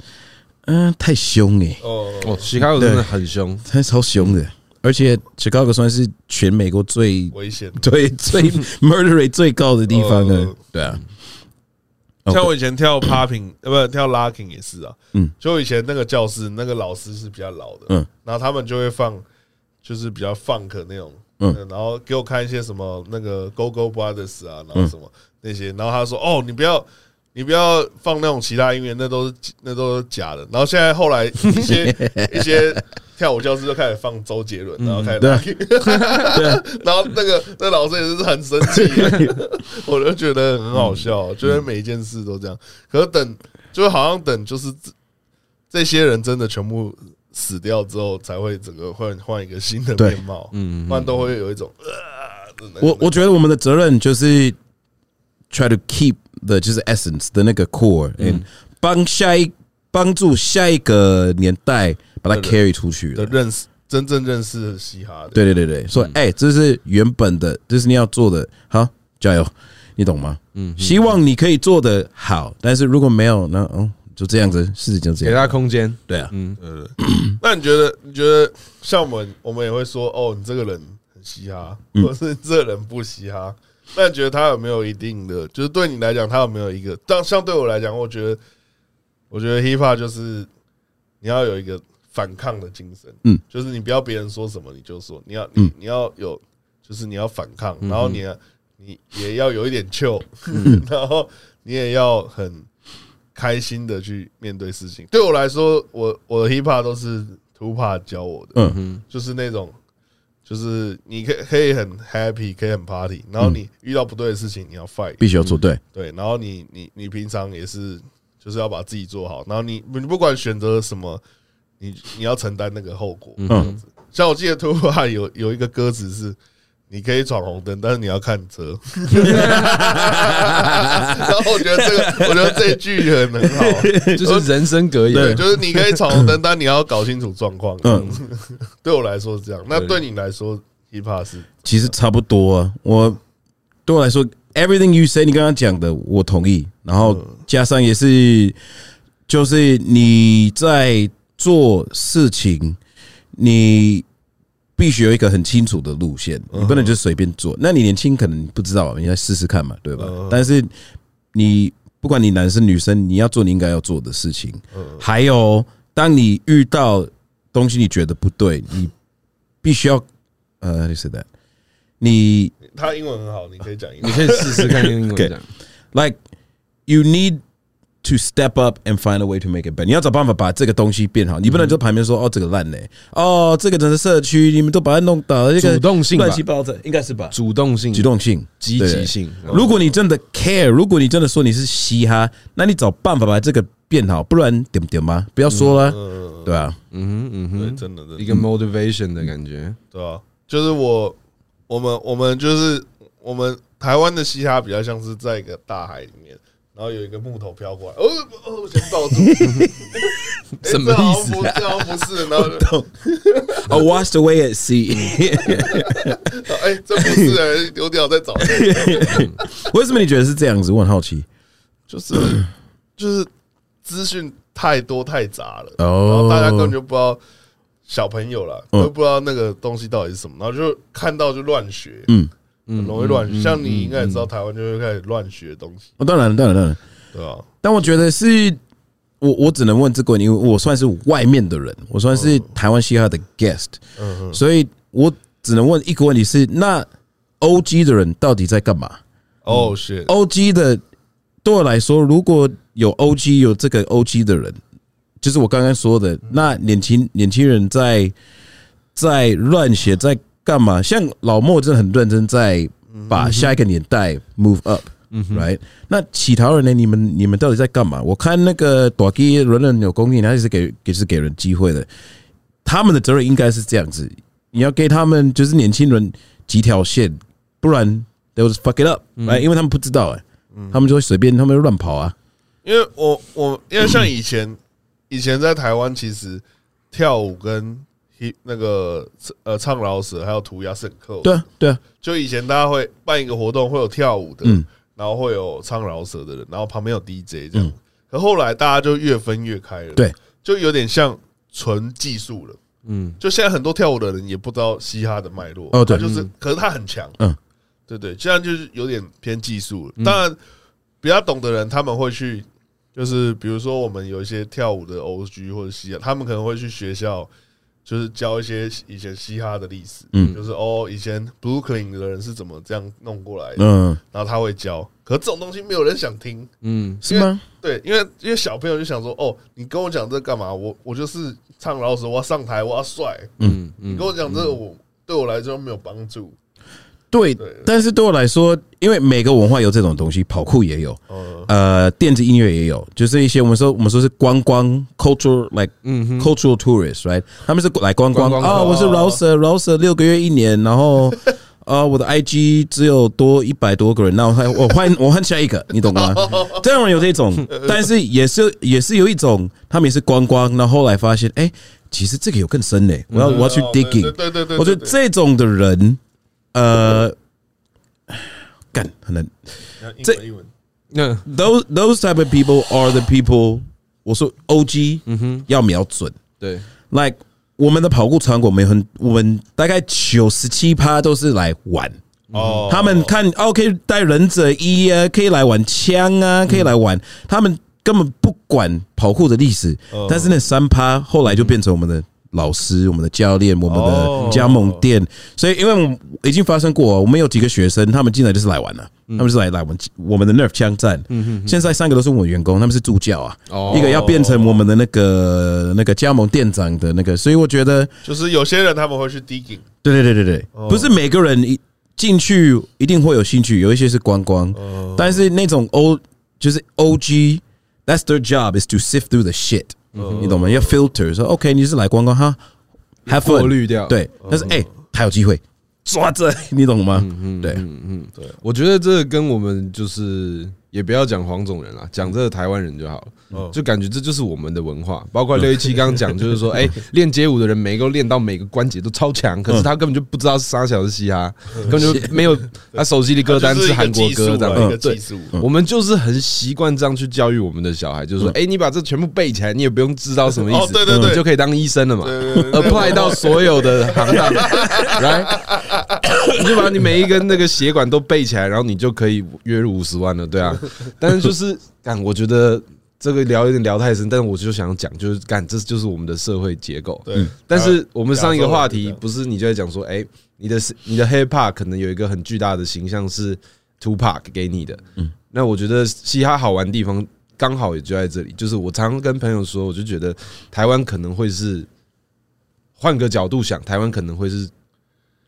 嗯、太凶哎、哦，哦，喜卡 o 真的很凶，它超凶的，而且 Chicago 算是全美国最危险。 对最 murder rate 最高的地方了嗯。对啊，像我以前跳 popping，呃，不跳 locking 也是啊。嗯哦嗯，就以前那个教室那个老师是比较老的，嗯嗯，然后他们就会放就是比较 funk 那种，嗯嗯，然后给我看一些什么那个 Go Go Brothers 啊，嗯然后什么那些，然后他说哦，你不要。你不要放那种其他音乐，那都是那都是假的。然后现在后来一 些一些跳舞教室就开始放周杰伦，然后开始对啊 locking，然 后那个那老师也是很生气，我就觉得很好笑，觉得每一件事都这样。可是等就好像等就是这这些人真的全部死掉之后，才会整个换换一个新的对面貌，嗯，不然都会有一种呃，的那我我觉得我们的责任就是 try to keep the 就是 essence 的那个 core，嗯，帮下一帮助下一个年代把它对 carry 出去的了。认识，真正认识嘻哈的，对对对对，说哎、这是原本的，这是你要做的，好，加油，你懂吗？嗯，希望你可以做的好，但是如果没有，那哦，就这样子，事情就这给样，他空间。对啊，嗯，那你觉得？你觉得像我们，我们也会说，哦，你这个人很嘻哈，或者是这个人不嘻哈。那你觉得他有没有一定的，就是对你来讲，他有没有一个？但像对我来讲，我觉得，我觉得 hiphop 就是你要有一个反抗的精神，嗯，就是你不要别人说什么你就说，你要你、你要有，就是你要反抗，然后你要你也要有一点 chill，、然 后你也要很开心的去面对事情。对我来说，我我的 hiphop 都是 Tupac 教我的，嗯嗯，就是那种，就是你可以可以很 happy，可以很 party，然后你遇到不对的事情，你要 fight，必须要做对，对，然后你你你平常也是就是要把自己做好。然后你你不管选择什么，你你要承担那个后果。嗯，像我记得突破 有有一个歌词是。你可以闯红灯，但是你要看车。 然后我觉得这个，我觉得这句也很好，就是人生格对，言，就是你可以闯红灯，但你要搞清楚状况。嗯嗯，对我来说是这样，那对对你来说，hiphop 是其实差不多啊。我对我来说，everything you say，你刚刚讲的我同意，然后加上也是，就是你在做事情，你必须有一个很清楚的路线，你不能就随便做。那你年轻可能不知道，你要试试看嘛，对吧？但是你不管你男生女生，你要做你应该要做的事情。还有，当你遇到东西你觉得不对，你必须要呃，就是的，你他英文很好，你可以讲英嗯你文。可以试试看用英文 Okay 讲。 like you need to step up and find a way to make it better。你要找办法把这个东西变好，你不能就旁边说哦这个烂嘞、哦这个整个社区你们都把它弄倒了，这个主动性吧乱七八糟，应该是吧？主动性、主动性、积极性对如果你真的 care，如果你真的说你是嘻哈，那你找办法把这个变好，不然点不点吗？不要说了，对啊，对，真的，真嗯一的，个 motivation 的感觉，对啊，就是我，我们，我们就是我们台湾的嘻哈比较像是在一个大海里面，然后有一个木头飘过来，哦哦，我先抱住，诶什么意哎这好像思不啊这好像不是，然后就哦 Oh, washed away at sea。哎，这不是，诶丢掉再找一个。 为什么你觉得是这样子？我很好奇。就是就是资讯太多太杂了，然哦后大家根本就不知道小朋友啦，嗯都不知道那个东西到底是什么，然后就看到就乱学，嗯，很容易乱学。像你应该也知道，台湾就会开始乱学东西，哦，当然，当然，当然。对吧？但我觉得是我我只能问这个问题，因为我算是外面的人，我算是台湾嘻哈的 guest，、所以我只能问一个问题是：那 OG 的人到底在干嘛哦，是？OG 的对我来说，如果有 OG 有这个 OG 的人，就是我刚刚说的，那年轻年轻人在在乱写在干嘛？像老莫真的很认真在把下一个年代 move up。right？那乞讨人呢？你们你们到底在干嘛？我看那个短期人人有公益，他也是给也是给人机会的。他们的责任应该是这样子，你要给他们就是年轻人几条线，不然 they will fuck it up，哎、因为他们不知道哎、他们就会随便，他们就乱跑啊。因为我我因为像以前 以前在台湾，其实跳舞跟 hip 那个呃唱饶舌还有涂鸦是很扣的对啊，对啊，就以前大家会办一个活动，会有跳舞的，嗯然后会有唱饶舌的人，然后旁边有 DJ 这样。可后来大家就越分越开了，对，啊就有点像纯技术了。嗯，就现在很多跳舞的人也不知道嘻哈的脉络，哦对他就是，可是他很强，嗯，对对，这样就是有点偏技术了。当然，比较懂的人他们会去，就是比如说我们有一些跳舞的 OG 或者嘻哈，他们可能会去学校，就是教一些以前嘻哈的历史，嗯，就是哦，以前 Brooklyn 的人是怎么这样弄过来的，嗯，然后他会教。可这种东西没有人想听，嗯，是吗？对，因为因为小朋友就想说，哦，你跟我讲这干嘛？我我就是唱老舌，我要上台，我要帅。嗯你嗯跟我讲这个，我对我来说没有帮助。对对，但是对我来说，因为每个文化有这种东西，跑酷也有，呃，呃，电子音乐也有，就是一些我们说我们说是观光 cultural like cultural tourist right，他们是来观光嗯观光啊、客我是哦 rouser rouser 六个月一年，然 后啊，我的 IG 只有多一百多个人，那我换我换我换下一个，你懂 吗？这种人有这种，但是也是也是有一种，他们也是观光，然后后来发现，哎、其实这个有更深嘞、我要嗯我要去哦对 digging，对对对对，我觉得对这种的人，呃，干很难。对这英文英文那 those those type of people are the people。我说 OG，嗯哼，要瞄准。对 Like 我们的跑酷场馆，我们很，我们大概九十七趴都是来玩。嗯哦，他们看哦，可以带忍者衣啊，可以来玩枪嗯啊，可以来玩。他们根本不管跑酷的历史，哦但是那三趴后来就变成我们的老师、我们的教练、我们哦的加盟店。所以，因为我们已经发生过，我们有几个学生，他们进来就是来玩了、嗯他们是来来我们我们的 Nerf 枪战。现在三个都是我们员工，他们是助教啊，哦一个要变成我们的那个那个加盟店长的那个，所以我觉得。就是有些人他们会去 digging，对对对对对，不是每个人一进去一定会有兴趣，有一些是观光，但是那种 O 就是 O G， That's their job is to sift through the shit，、你懂吗？要 filter 说 OK，你是来观光哈，have fun，过滤掉对，但是哎、还有机会抓着， 你懂吗？对，嗯我觉得这跟我们就是也不要讲黄种人啦，讲这个台湾人就好了，就感觉这就是我们的文化。包括六一七刚刚讲，就是说，哎，练街舞的人每个都练到每个关节都超强，可是他根本就不知道是啥小是嘻哈，根本就没有他手机里歌 单就是一个韩国技歌术这啊一样。嗯个对技，术。我们就是很习惯这样去教育我们的小孩，就是说，哎，你把这全部背起来，你也不用知道什么意嗯哦思，对对对你就可以当医生了嘛。对对对 apply 到所有的 行当，right？你就把你每一根那个血管都背起来，然后你就可以月入五十万了，对啊。但是就是，干，我觉得这个聊有点聊太深，但是我就想讲，就是干，这就是我们的社会结构。对，但是我们上一个话亚洲题人不是你就在讲说，哎、你的你的 hip hop 可能有一个很巨大的形象是 Two Pac 给你的，嗯，那我觉得嘻哈好玩的地方刚好也就在这里，就是我常常跟朋友说，我就觉得台湾可能会是换个角度想，台湾可能会是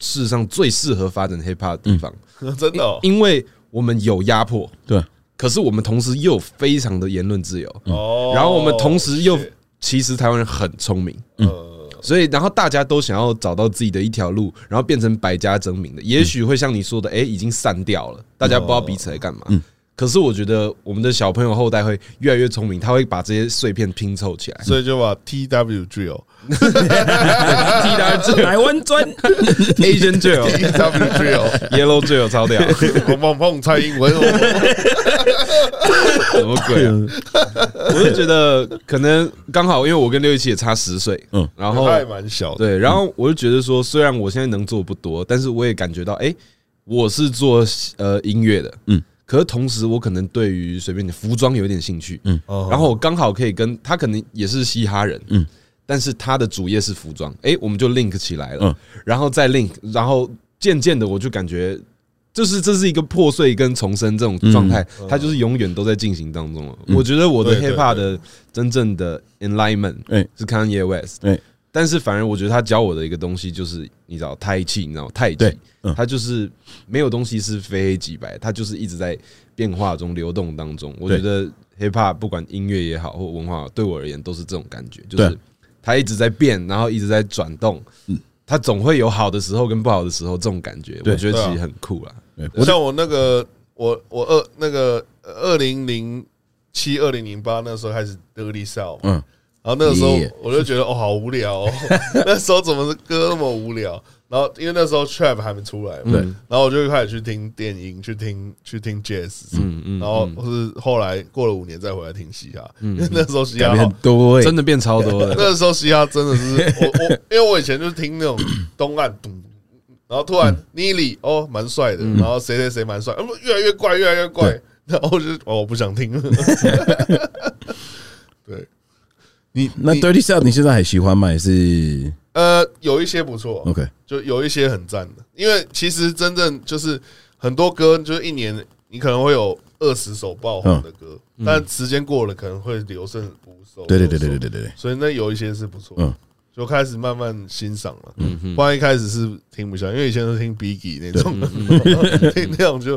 世上最适合发展 hip hop 的地方，这样 真的哦因为我们有压迫，对，可是我们同时又有非常的言论自由，哦。嗯然后我们同时又 shit，其实台湾人很聪明，呃，所以，然后大家都想要找到自己的一条路，然后变成百家争鸣的。也许会像你说的，哎，已经散掉嗯了，大家不知道彼此在干嘛。可是我觉得我们的小朋友后代会越来越聪明，他会把这些碎片拼凑起 来。所以就把 T W drill、 T W 台湾专 Asian T Jail、 W drill， Yellow Jail 超屌，我碰碰蔡英文，我什么鬼啊？我就觉得可能刚好，因为我跟六一七也差十岁，嗯嗯，然后还蛮小的。对，然后我就觉得说，虽然我现在能做不多，但是我也感觉到，哎、我是做呃音乐的，嗯嗯，可是同时我可能对于随便你服装有一点兴趣，嗯，哦然后我刚好可以跟他可能也是嘻哈人，嗯嗯，但是他的主业是服装，哎、我们就 link 起来了，嗯然后再 link，然后渐渐的我就感觉。就是这是一个破碎跟重生这种状态，它就是永远都在进行当中了。我觉得我的嗯对 hip 对 hop 对的真正的 enlightenment 哎是 Kanye West，哎对但是反而我觉得他教我的一个东西就是，你知道太气，你知道太 极对，嗯他就是没有东西是非黑即白，他就是一直在变化中流动当中。我觉对得 hip hop 不管音乐也好或文化，对我而言都是这种感觉，就对是它一直在变，然后一直在转动，它总会有好的时候跟不好的时候，这种感觉，对我觉得对啊其实很酷啦。像我那个，我我二那个二零零七、二零零八那时候开始 Dirty South，嗯嗯，然后那个时候 Yeah 我就觉得哦，好无聊、哦， 那时候怎么歌那么无聊？然后因为那时候 Trap 还没出来嘛，对然后我就开始去听电音，去听去听 Jazz，嗯嗯，然后或是后来过了五年再回来听嘻哈，因为那时候嘻改哈变好很多哎、真的变超多欸了。 那时候嘻哈真的是我我，因为我以前就听那种 东岸咚，然后突然 Nili 哦蛮帅的，然后谁谁谁蛮帅，嗯越来越怪越来越怪，然后我就哦我不想 听了。对，你那你 Dirty South 你现在还喜欢吗？还是呃有一些不错， OK？就有一些很赞的，因为其实真正就是很多歌，就是一年你可能会有二十首爆红的歌，但时间过了可能会留剩五首。对对对六首对对对对对，所以那有一些是不错，嗯就开始慢慢欣赏了，不然一开始是听不下，因为以前都听 Biggie 那种， 听那种就，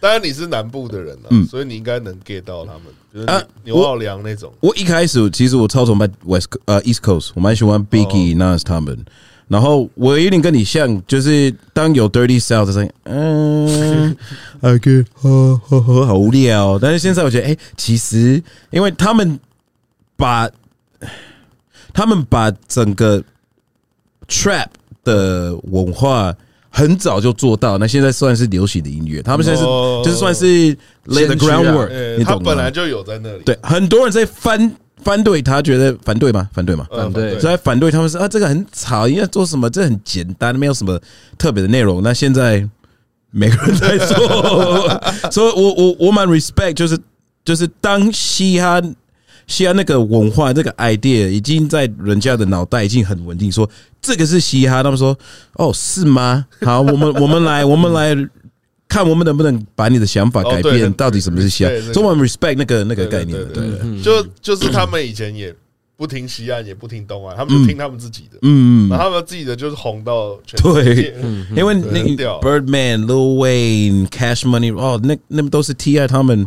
当然你是南部的人了、所以你应该能 get 到他们，就是嗯啊牛牛奥良那种，我一开始其实我超崇拜 West Co- 呃 East Coast，我蛮喜欢 Biggie、Nas 他们。然后我有点跟你像，就是当有 Dirty South 的声音，嗯，I get 呵呵呵，好无聊、但是现在我觉得，哎、其实因为他们把他们把整个 trap 的文化很早就做到，那现在算是流行的音乐，他们现在是、哦就是算是 lay the 先驱啊 groundwork，、呃、你他懂吗？本来就有在那里，对，很多人在反反对他，觉得反对吗？反对吗？呃，嗯对对所以在反对他们说啊，这个很吵，应该做什么？这很简单，没有什么特别的内容。那现在每个人在 做，所以我我我蛮 respect，就是就是当嘻哈嘻哈那个文化这个 idea 已经在人家的脑袋已经很稳定，说这个是嘻哈，他们说哦是吗？好，我们我们来我们来。看我们能不能把你的想法哦改对变，很到底什么是嘻哈 respect 那个？所以我们 respect 那个那个对对概念对的，对对对嗯对，对就就是他们以前也不听西岸，也不听东岸，他们就听他们自己的，嗯，然后他们自己的就是红到全世对界，因为对那很屌 Birdman、Lil Wayne、Cash Money 哦，那那都是 T.I. 他们，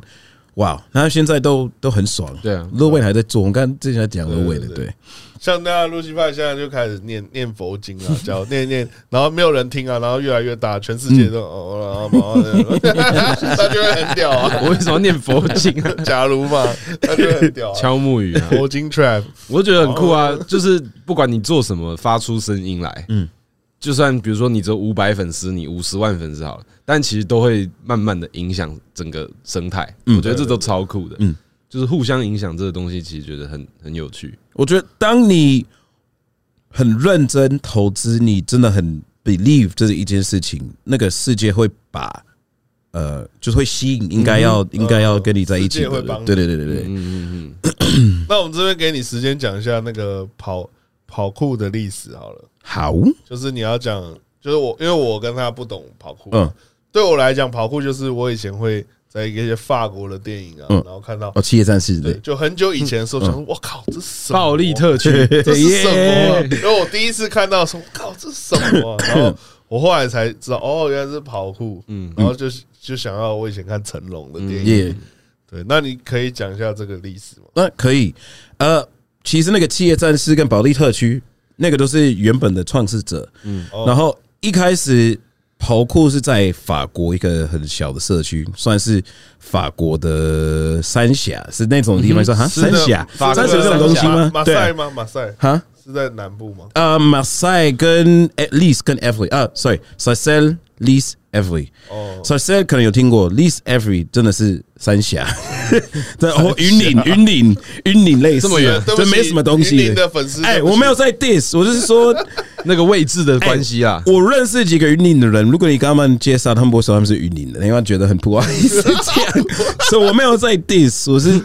哇，那现在都都很爽。对啊乐伟还在做，我们刚刚之前在讲乐伟的，对对对，像大家路西派现在就开始念念佛经啊，教 念念，然后没有人听啊，然后越来越大，全世界都哦，然后然后他就会很屌啊，我为什么要念佛经 啊？假如嘛，他就会很屌啊， 敲木鱼啊，佛经 trap，我觉得很酷哦啊，就是不管你做什么，发出声音来，嗯，就算比如说你只有五百粉丝，你五十万粉丝好了，但其实都会慢慢的影响整个生态，我觉得这都超酷的，嗯嗯，就是互相影响这个东西，其实觉得很很有趣，我觉得当你很认真投资，你真的很 believe 这是一件事情，那个世界会把呃，就是会吸引应该要应该要跟你在一世起界会的帮人，你对对对对对，嗯嗯那我们这边给你时间讲一下那个跑跑酷的历史好了，好，就是你要讲，就是我因为我跟他不懂跑酷，嗯，对我来讲跑酷就是我以前会在一些法国的电影啊，嗯然后看到哦，七夜战士对，对，就很久以前的时候，想说我靠，这是什么啊暴力 特区，这是什么啊？耶然后我第一次看到说，靠，这是什么啊？然后我后来才知道，哦，原来是跑酷。嗯嗯，然后就是就想要我以前看成龙的电影。耶，对，那你可以讲一下这个历史吗？那可以，呃，其实那个七夜战士跟保利特区那个都是原本的创始者，嗯，哦然后一开始跑酷是在法国一个很小的社区，算是法国的三峡，是那种地方说哈嗯是那三峡，法三国峡的这种东西吗马马？对赛啊，吗？马赛哈。是在南部吗？呃，马赛跟 at least 跟 every 啊，sorry，s a s e l l e a s every，哦， s a s e l 可能有听过 l e a s every 真的是 三峡，对，哦，云岭云岭云岭类似，啊这么远对不这起没什么东云西林的粉丝，哎，对不起我没有在 diss，我就是说，那个位置的关系啊，我认识几个云岭的人，如果你跟他们介绍，他们不会说他们是云岭的，因为他们觉得很不好意思这样， 哦所以我没有在 diss，我 是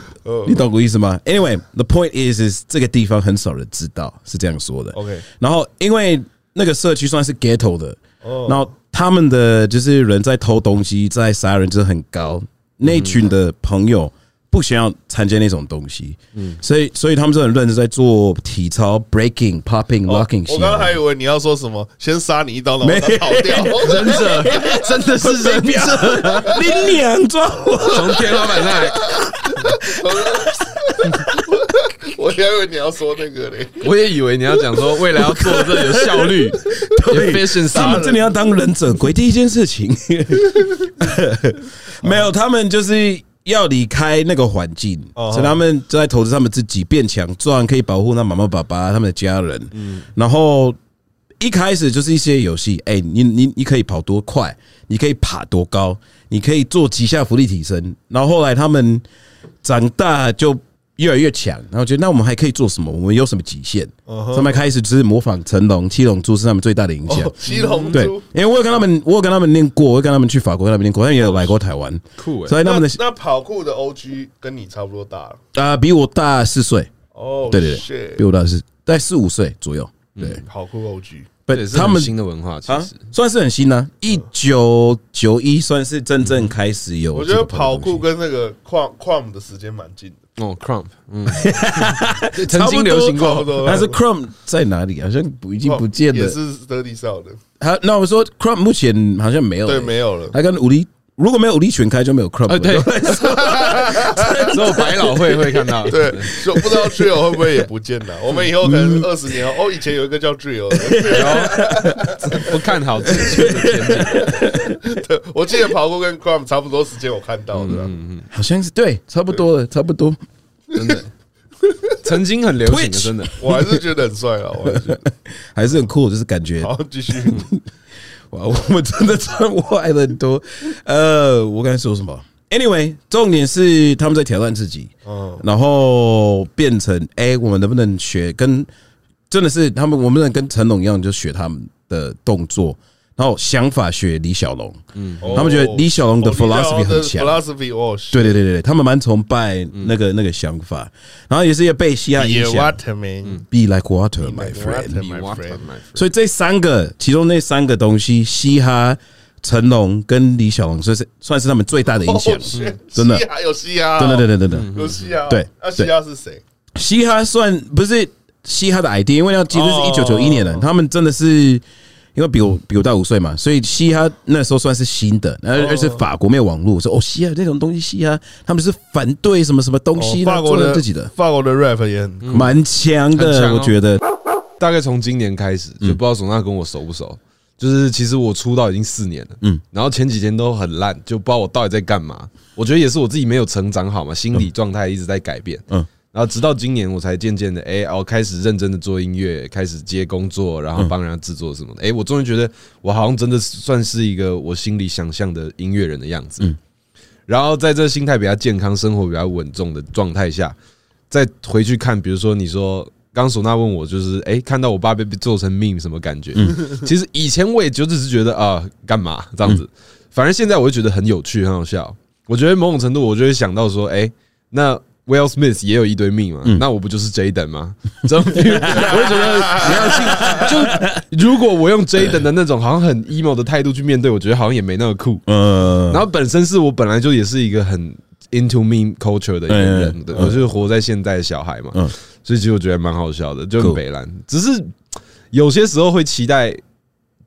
你懂我意思吗？Anyway，the point is is 这个地方很少人知道，是这样说的。 OK 然后因为那个社区算是 ghetto 的，哦然后他们的就是人在偷东西、在杀人，就是很高。那群的朋友不想要参加那种东西，嗯，所以所以他们是很认真在做体操、breaking、popping、哦 locking。我刚刚还以为你要说什么，先杀你一刀，然后他逃 掉。忍者真的是忍者，你娘抓我！从天花板上来，我还以为你要说那个嘞。我也以为你要讲说未来要做这有 效率他，efficiency，们真的要当忍者龟第一件事情，没有，他们就是要离开那个环境，哦所以他们就在投资他们自己变强壮，可以保护那妈妈、爸爸、他们的家人。然后一开始就是一些游戏，哎，你你你可以跑多快，你可以爬多高，你可以做几下浮力提升。然后后来他们长大就。越来越强，然后觉得那我们还可以做什么？我们有什么极限？他们开始就是模仿成龙、七龙珠是他们最大的影响。七龙对，珠因，为我有跟他们，我有跟他们念过，我有跟他们去法国，跟他们念过，他们也有来过台湾，酷欸所以他那们的那跑酷的 OG 跟你差不多大了。啊比我大四岁，哦，对对对， shit 嗯比我大是大概四五岁左右，对，跑酷 OG。不对，，是他很们新的文化，其啊实算是很新呢，一九九一算是真正开始有，我觉得跑酷跟那个矿矿的时间蛮近的，哦，Crump，嗯， 曾经流行差不过，多但是 Chrome 在哪里？好像不已经不见也了。是德迪少的，他那我说 Chrome 目前好像没有，欸对，没有了。他跟武力如果没有武力全开就没有 Chrome，呃，了对， 只有百老汇会看到，对，就不知道 d r i l 会不会也不见了。我们以后可能二十嗯年后，哦，以前有一个叫 d r i l 的，不看好自己的前景，对我记得跑酷跟 Crumb 差不多时间，我看到的啊。好像是对，差不多了，差不多。真的， 曾经很流行的， Twitch 真的，我还是觉得很帅啊，我还是觉得。还是很酷，就是感觉好，继续。哇，我们真的穿坏了很多。呃，我刚才说什么？Anyway，重点是他们在挑战自己，嗯，然后变成哎、我们能不能学跟真的是他们，我们能跟成龙一样，就学他们的动作，然后想法学李小龙。 他们觉得李小龙嗯的哦李 philosophy 小龙的很强 philosophy 嗯哦，对对对对，对他们蛮崇拜那个那个想法，然后也是也被西亚影 Yeah, 响。 what I mean, Be like water, my like water, friend. my 你 what friend. my friend 所以这三个，其中那三个东西，嘻哈、成龙跟李小龙，算是算是他们最大的影响哦。shit，嗯真的嘻哈有嘻哈哦，等等等等等等，有嘻哈哦。对那嘻对哈是谁？嘻哈算不是嘻哈的 idea，因为要其实是哦一九九一年的，他们真的是因为比我比我大五岁嘛，所以嘻哈那时候算是新的，然后而且法国没有网络，说哦嘻哈那种东西，嘻哈他们是反对什么什么东西，哦法国然后做的了自己的法国的 rap 也很蛮强很的，强哦我觉得大概从今年开始，就不知道唢呐跟我熟不熟。就是其实我出道已经四年了，嗯，然后前几天都很烂，就不知道我到底在干嘛。我觉得也是我自己没有成长好嘛，心理状态一直在改变，嗯嗯。然后直到今年，我才渐渐的，哎，我开始认真的做音乐，开始接工作，然后帮人家制作什么的。哎，我终于觉得我好像真的算是一个我心里想象的音乐人的样子。然后在这心态比较健康、生活比较稳重的状态下，再回去看，比如说你说刚唢呐问我，就是哎、诶看到我爸被被做成 meme 什么感觉？其实以前我也就只是觉得啊，干嘛这样子？反正现在我会觉得很有趣，很好笑。我觉得某种程度，我就会想到说，哎、那 Will Smith 也有一堆 meme 嘛，那我不就是 Jaden 吗？ 这种我就觉得你要信，就如果我用 Jaden 的那种好像很 emo 的态度去面对，我觉得好像也没那么酷。呃，然后本身是我本来就也是一个很 into meme culture 的一个人，对我就是活在现代的小孩嘛，嗯所以其实我觉得蛮好笑的，就 Cool 很北蓝，只是有些时候会期待。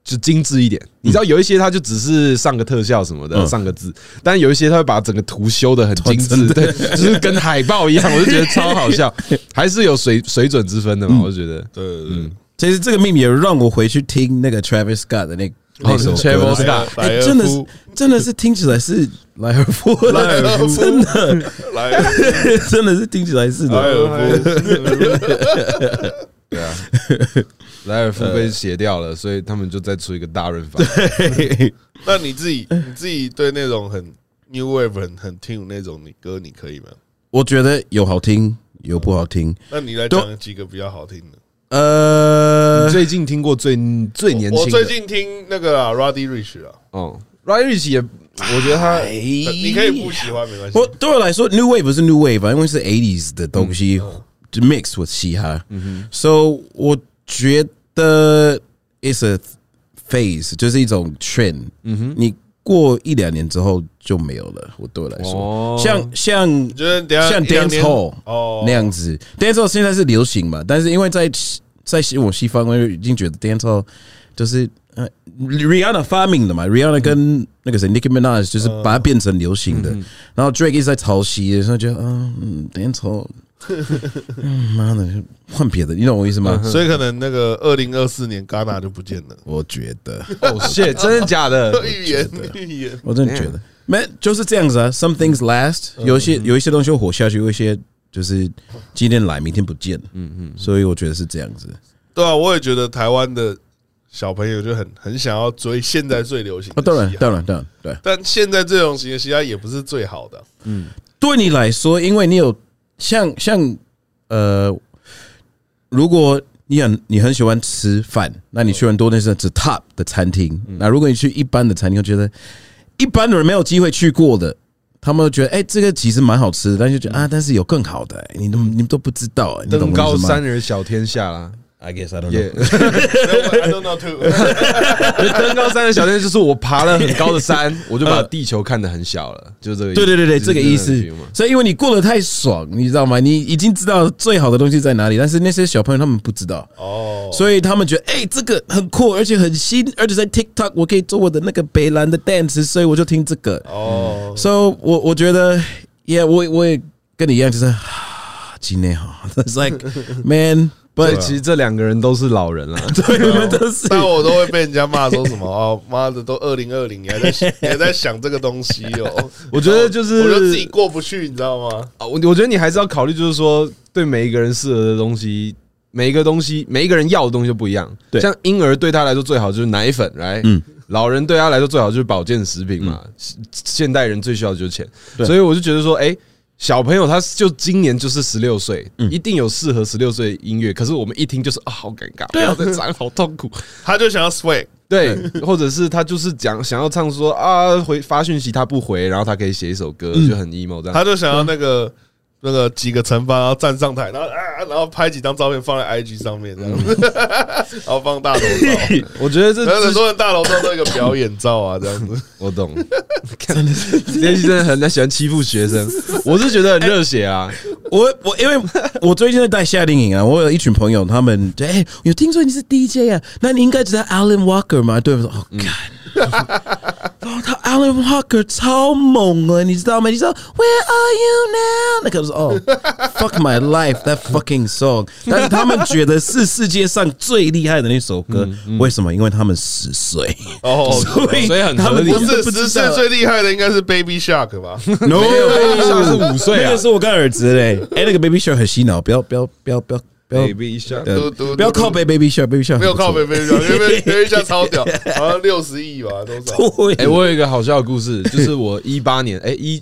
就精致一点，你知道有一些他就只是上个特效什么的，嗯上个字，但有一些他会把整个图修的很精致，对，就是跟海报一样，我就觉得超好笑，还是有水水准之分的嘛，我就觉得。对对对，其实这个秘密也让我回去听那个 Travis Scott 的那那哦首歌 Travis Scott 莱哎尔夫真的是真的是听起来是莱尔夫，莱尔夫真的莱尔 夫真的是听起来是莱的，尔夫，莱尔夫被写掉了，所以他们就再出一个大润发。 那你自己你自己对那种很 new wave 很很 tune 那种你歌你可以吗？我觉得有好听有不好听，那你来讲几个比较好听的。呃 Uh, 你，最近听过最最年轻的？我最近听那个啊 Roddy Rich 啊，哦 r y Rich 也，我觉得他哎你可以不喜欢没关系我。对我来说，New Wave 不是 New Wave，啊因为是 80s 的东西，就 mix with 嘻哈。So 我觉得 it's a phase，就是一种 trend。你过一两年之后就没有了。我对我来说哦，像像你觉得等一下像一两 dance 年 hall 嗯哦那样子，dance hall 现在是流行嘛，但是因为在在西我西方，我已经觉得 dance hall 就是。呃，Rihanna 发明的嘛，Rihanna 跟那个谁 Nicki Minaj 就是把它变成流行的，然后 Drake 一直在抄袭，所以觉得啊，嗯，dance hall，嗯妈的，换别的，你懂我意思吗？所以可能那个二零二四年戛纳就不 见了。我觉得，哦，谢，真的 假的？预言预言，我真的觉得，没就是这样子啊。Some things last，有一些有一些东西会活下去，有一些就是今天来，明天不见。嗯嗯，所以我觉得是这样子。对啊，我也觉得台湾的小朋友就很很想要追现在最流行哦的啊，当然嘻，哈当然，当然，对。但现在最流行的嘻哈也不是最好 的。对你来说，因为你有像像呃，如果你很你很喜欢吃饭，那你去很多那是只 top 的餐厅。那如果你去一般的餐厅，我觉得一般的人没有机会去过的，他们会觉得哎、这个其实蛮好吃的，但就觉得啊，但是有更好的、你都你们都不知道、哎你懂登我高意思吗三人小天下啦， ？I guess I don't 也 I don't know too。登高三人小天下就是我爬了很高 的山，我就把地球看得很小了，就这个意对思。对对对，就这是个意思 view 嘛。所以因为你过得太爽，你知道吗？你已经知道最好的东西在哪里，但是那些小朋友他们不知道。哦，所以他们觉得，哎、这个很酷，而且很新，而且在 TikTok 我可以做我的那个北兰的 dance，所以我就听这个。哦， So 我我觉得，Yeah，我我也跟你一样，就是 啊今年好，It's like man，but 对， 其实这两个人都是老人了， 对你们都是但我都会被人家骂说什 么哦，妈的，都二零二零，你还在你还在想这个东西哦。我觉得就是我就自己过不去，你知道吗？啊我我觉得你还是要考虑，就是说对每一个人适合的东西。每一个东西，每一个人要的东西都不一样。对像婴儿对他来说最好就是奶粉，来，嗯老人对他来说最好就是保健食品嘛。现现代人最需要的就是钱，对所以我就觉得说，哎，小朋友他就今年就是十六岁，一定有适合十六岁的音乐。可是我们一听就是啊，好尴尬，不要再唱，好痛苦。他就想要 swag，对，或者是他就是讲想要唱说啊，回发讯息他不回，然后他可以写一首歌，就很 emo 这样。他就想要那个那个几个乘法，然后站上台，然后啊，然后拍几张照片放在 IG 上面，这样，嗯 然后放大头照。我觉得 这然后 这很多人大头照都有一个表演照啊，这样子。我懂， 真的是，真的很喜欢欺负学生。我是觉得很热血啊，我我因为我最近在带夏令营啊，我有一群朋友，他们对、哎有听说你是 DJ 啊，那你应该知道 Alan Walker 嘛？对，我说哦，干、哦，他 Alan Walker 超猛啊，你知道吗？你知道 Where are you now？那个是哦 ，Fuck my life，that fucking song。但是他们觉得是世界上最厉害的那首歌，为什么？因为他们十岁，哦所以所以很他合们理根不本 是不知十道岁最厉害的应该是 Baby Shark 吧？ No， Baby Shark 是五岁啊那个是我干儿子 嘞。哎，那个 Baby Shark 很洗脑，不要不要不要不要不要 baby 一下，呃嘟嘟不要靠背 Baby Shark，Baby Shark 没有靠很不北 Baby Shark，因 为 Baby Shark 超屌，好像六十亿吧，多少？错。哎、对，我有一个好笑的故事，就是我一八年，哎、一，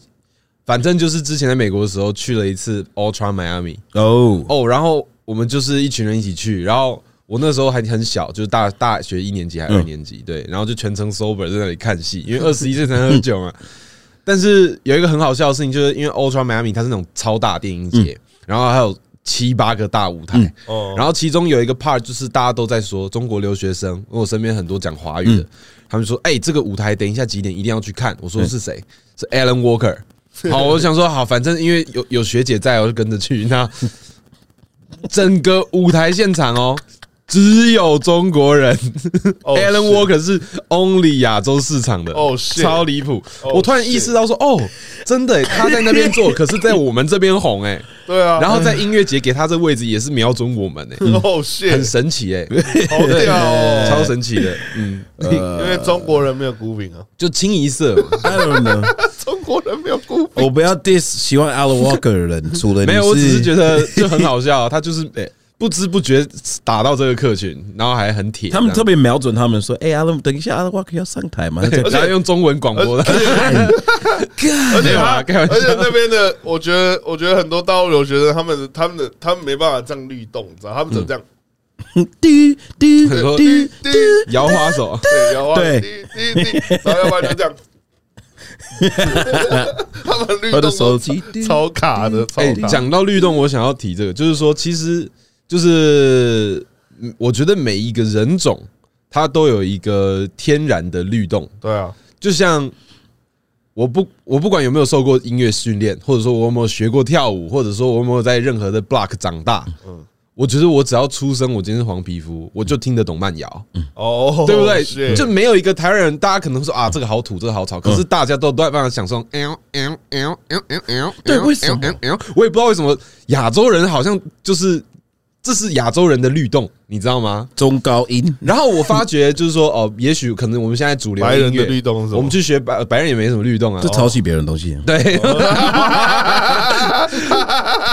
反正就是之前在美国的时候去了一次 Ultra Miami 哦哦，然后我们就是一群人一起去，然后我那时候还很小，就是大大学一年级还嗯二年级，对，然后就全程 sober 在那里看戏，因为二十一岁才喝酒嘛。但是有一个很好笑的事情，就是因为 Ultra Miami 它是那种超大电影节，然后还有七八个大舞台，哦，然后其中有一个 part 就是大家都在说中国留学生，因为我身边很多讲华语的，他们说：“哎、这个舞台等一下几点一定要去看。”我说：“是谁？是 Alan Walker。”好，我想说好，反正因为有有学姐在，我就跟着去。那整个舞台现场哦，只有中国人。 Oh, Alan shit Walker 是 only 亚洲市场的， Oh, shit 超离谱！ Oh, 我突然意识到说，哦，真的，他在那边做，可是在我们这边红 哎。对啊，然后在音乐节给他这位置也是瞄准 我们哎。哦很 shit，神 奇哎、好屌哦，超神奇的，嗯，因为中国人没有孤品啊，就清一色 嘛。 ，I don't know，中国人没有孤品，我不要 diss 喜欢 Alan Walker 的人，除了你 没有，我只是觉得得就很好笑，他就是哎、不知不觉打到这个客群，然后还很铁，他们这特样别瞄准他们说，哎，Alan，等一下，Alan Walker 要上台嘛？对然后用中文广播的， 而且没有他，啊开玩笑而且那边的，我觉得，我觉得很多大陆留学生，他们的、他们的、他们没办法这样律动，你知道，他们只能这样嗯嘟嘟很多嘟嘟，摇花手，对，然后啊对滴滴滴，然后要不然就这样。他们律动我的都手机超超卡的，超哎、卡。讲到律动，我想要提这个，就是说，其实就是嗯我觉得每一个人种，它都有一个天然的律动，对啊，就像我不我不管有没有受过音乐训练，或者说我有没有学过跳舞，或者说我有没有在任何的 block 长大，嗯我觉得我只要出生，我今天是黄皮肤，我就听得懂慢摇，哦，对不对？是嗯就没有一个台湾人，大家可能说啊，这个好土，这个好吵，可是大家都都在办法享受。L L L L L L，对为什么嗯我也不知道为什么亚洲人好像就是这是亚洲人的律动，你知道吗？中高音，然后我发觉就是说哦，也许可能我们现在主流嗯白人音乐的律动是什么我们去学白白人也没什么律动啊这，抄袭别人的东西。 对，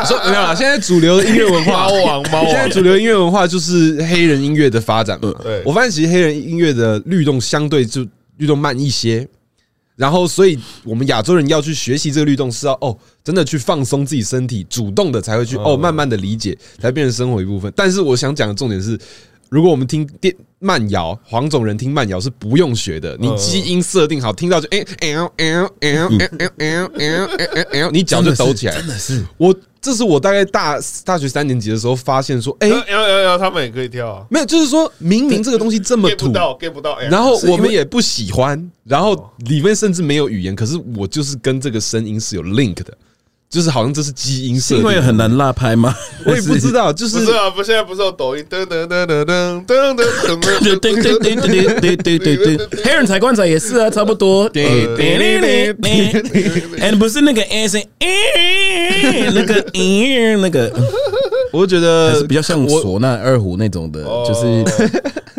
说没有啦，现在主流的音乐文 化猫，王猫现在王，主流音乐文化就是黑人音乐的发展嘛。对我发现其实黑人音乐的律动相对就律动慢一些，然后所以我们亚洲人要去学习这个律动是要哦，真的去放松自己身体，主动的才会去哦，慢慢的理解，才变成生活一部分。但是我想讲的重点是。如果我们听电慢摇，黄种人听慢摇是不用学的，你基因设定好，听到就哎 l l l l l l l，你脚就抖起来。真的是我这是我大概大大学三年级的时候发现说，哎、摇摇摇，他们也可以跳啊没有，就是说明明这个东西这么，get 土不，到 get 不到，哎然后是因为哦我们也不喜欢，然后里面甚至没有语言，可是我就是跟这个声音是有 link 的，就是好像这是基因是设因为定。很难拉拍吗？我也不知道，就不是是啊，不，现在不是有抖音噔噔噔噔噔噔噔对噔对对对对对对对对，黑人抬棺材也是啊，差不多。对对对对 And 不是那个 S，那个那个，我就觉还得是比较像我。唢呐、二胡那种的，就是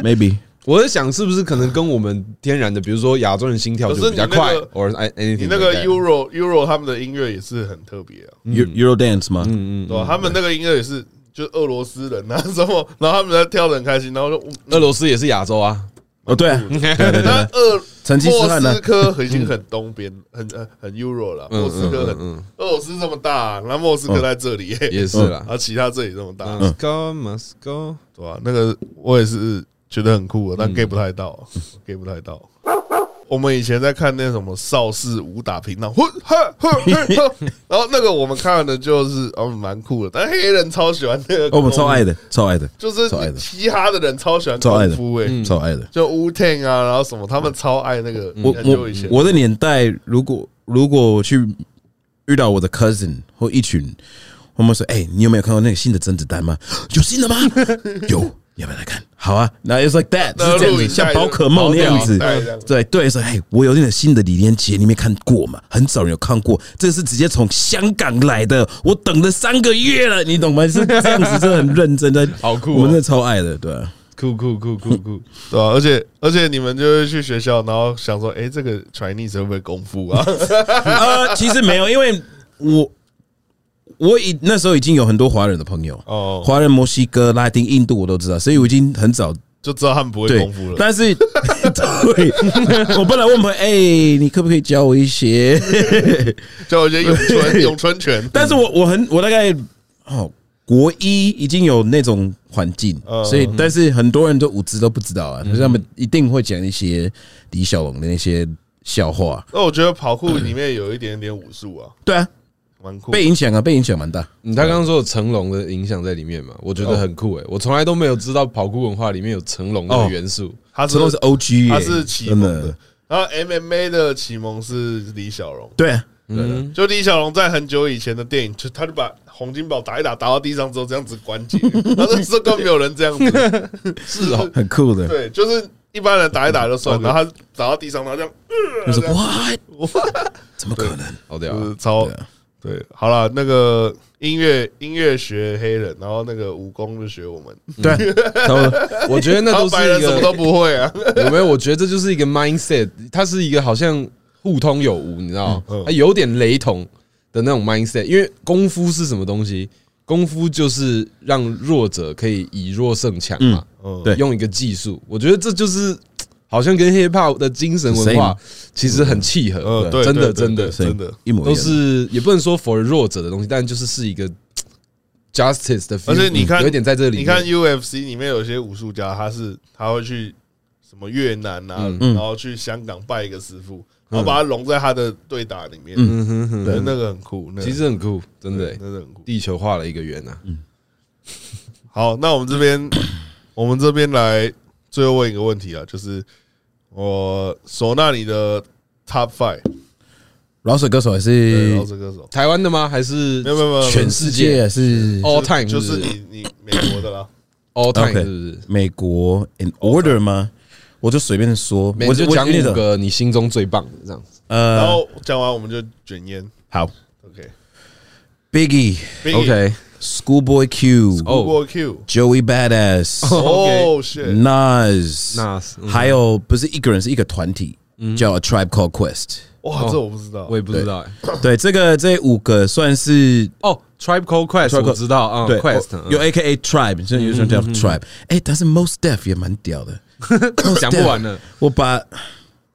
maybe 我在想，是不是可能跟我们天然的，比如说亚洲人心跳可就是比较你那快个，or I- anything 你那个 like that Euro Euro 他们的音乐也是很特别啊， Euro dance 嘛，对吧？他们那个音乐也是就俄罗斯人啊什么，然后他们在跳的很开心，然后就俄罗斯也是亚 洲啊，哦对啊，那俄成吉思汗呢莫斯科已经很东边， 很很很 Euro 了，莫斯科很嗯嗯嗯俄罗斯这么大，然后莫嗯斯科在这里，嘿 也是啊嗯啦然。后其他这里这么大， Must go, must go。对吧？那个我也是觉得很酷，啊嗯但 get 不太到，get 不太到。我们以前在看那什么邵氏武打频道，哼哼哼哼 哼然后那个我们看的就是哦蛮酷的，但黑人超喜欢那个，哦我们超爱，的，超爱的，就是超爱的嘻哈的人超喜欢超爱功的夫，嗯哎，超爱的。就 Wu Tang 啊，然后什么，他们超爱那个，我很久我以前我的年代，如果如果我去遇到我的 cousin 或一群，我们说，哎、你有没有看到那个新的甄子丹吗？ 有 新的吗？有，你要不要来看？好啊，那 it's like that，那是这样录子，影带像就宝可梦那样子跑掉带这样，对对，说，哎，我有那个新的李连杰，你没看过吗？很少人有看过，这是直接从香港来的，我等了三个月了，你懂吗？是这样子，真的很认真的，好酷哦啊我们真的超爱的，对啊、酷酷酷酷酷， 对啊吧、而且而且你们就会去学校，然后想说，哎、这个 Chinese 会不会功夫 啊？呃，其实没有，因为我我已那时候已经有很多华人的朋友，哦 华人、墨西哥、拉丁、印度我都知道，所以我已经很早就知道他们不会对功夫了。但是 对，我本来问朋友，哎、你可不可以教我一些？ 叫我一些咏春咏春拳，但是我我很我大概哦。国一已经有那种环境，嗯所以但是很多人都舞姿都不知道啊，所以他们一定会讲一些李小龙的那些笑话。那我觉得跑酷里面有一点点武术啊，对啊，蛮酷。被影响啊，被影响蛮大。你嗯他刚刚说有成龙的影响在里面嘛？我觉得很酷欸诶、我从来都没有知道跑酷文化里面有成龙的元素。他成龙是 O G，他是启蒙真的的，然后 MMA 的启蒙是李小龙，对啊，嗯，就李小龙在很久以前的电影，就他就把洪金宝打一打，打到地上之后这样子关节， 他说这根本没有人这样子， 是哦，很酷的，对，就是一般人打一打就算，然后他打到地上，然后这样，就是 what？我怎么可能？好屌啊、就是超对啊哦对，好了，那个音乐音乐学黑人，然后那个武功就学我们，对啊，差不多我觉得 那然后都白是人一 什么个都不会 啊，有没有？我觉得这就是一个 mindset，它是一个好像互通有无，你知道吗嗯嗯，它有点雷同的那种 mindset。因为功夫是什么东西？功夫就是让弱者可以以弱胜强嘛，嗯，对用一个技术。我觉得这就是好像跟 hip hop 的精神文化其实很契合嗯，，对，真对的真的对真的。一模一都样。是也不能说 for 弱者的东西，但就是是一个 justice 的 feel，而且你看有一点在这里面，你看 UFC 里面有些武术家，他是他会去什么越南啊，嗯然后去香港拜一个师傅，然后把他融在他的对打里面。嗯嗯哼哼，对，那个很酷，那个其实很酷，真的对，，那个很酷。地球画了一个圆啊，好，那我们这 边，我们这边来最后问一个问题啊，就是我唢呐你的 Top Five 老手歌手还对是饶舌歌手，台湾的吗？还是没有没有没有没有，全世界还是 all time 就是是不是你你美国的 啦， all time OK 是不是？美国 in order 吗？我就随便说，每我个就我讲那五个个你心中最棒的这样子。然呃，后讲完我们就卷烟好，OK。 ，Biggie、Schoolboy Oh。 Q、哦不过 Q， Joey Badass、哦，shit，嗯 Nas， Nas，嗯还有不是一个人，是一个团体，叫 A Tribe Called Quest。哇，这我不知道，哦我也不知道欸对，这个这五个算是哦，Tribe Called Quest 我知道啊对，Quest Mm-hmm，有 A K A Tribe，所以有一种叫 Tribe。哎，但是 Most Def 也蛮屌的，嗯 讲不完了。我把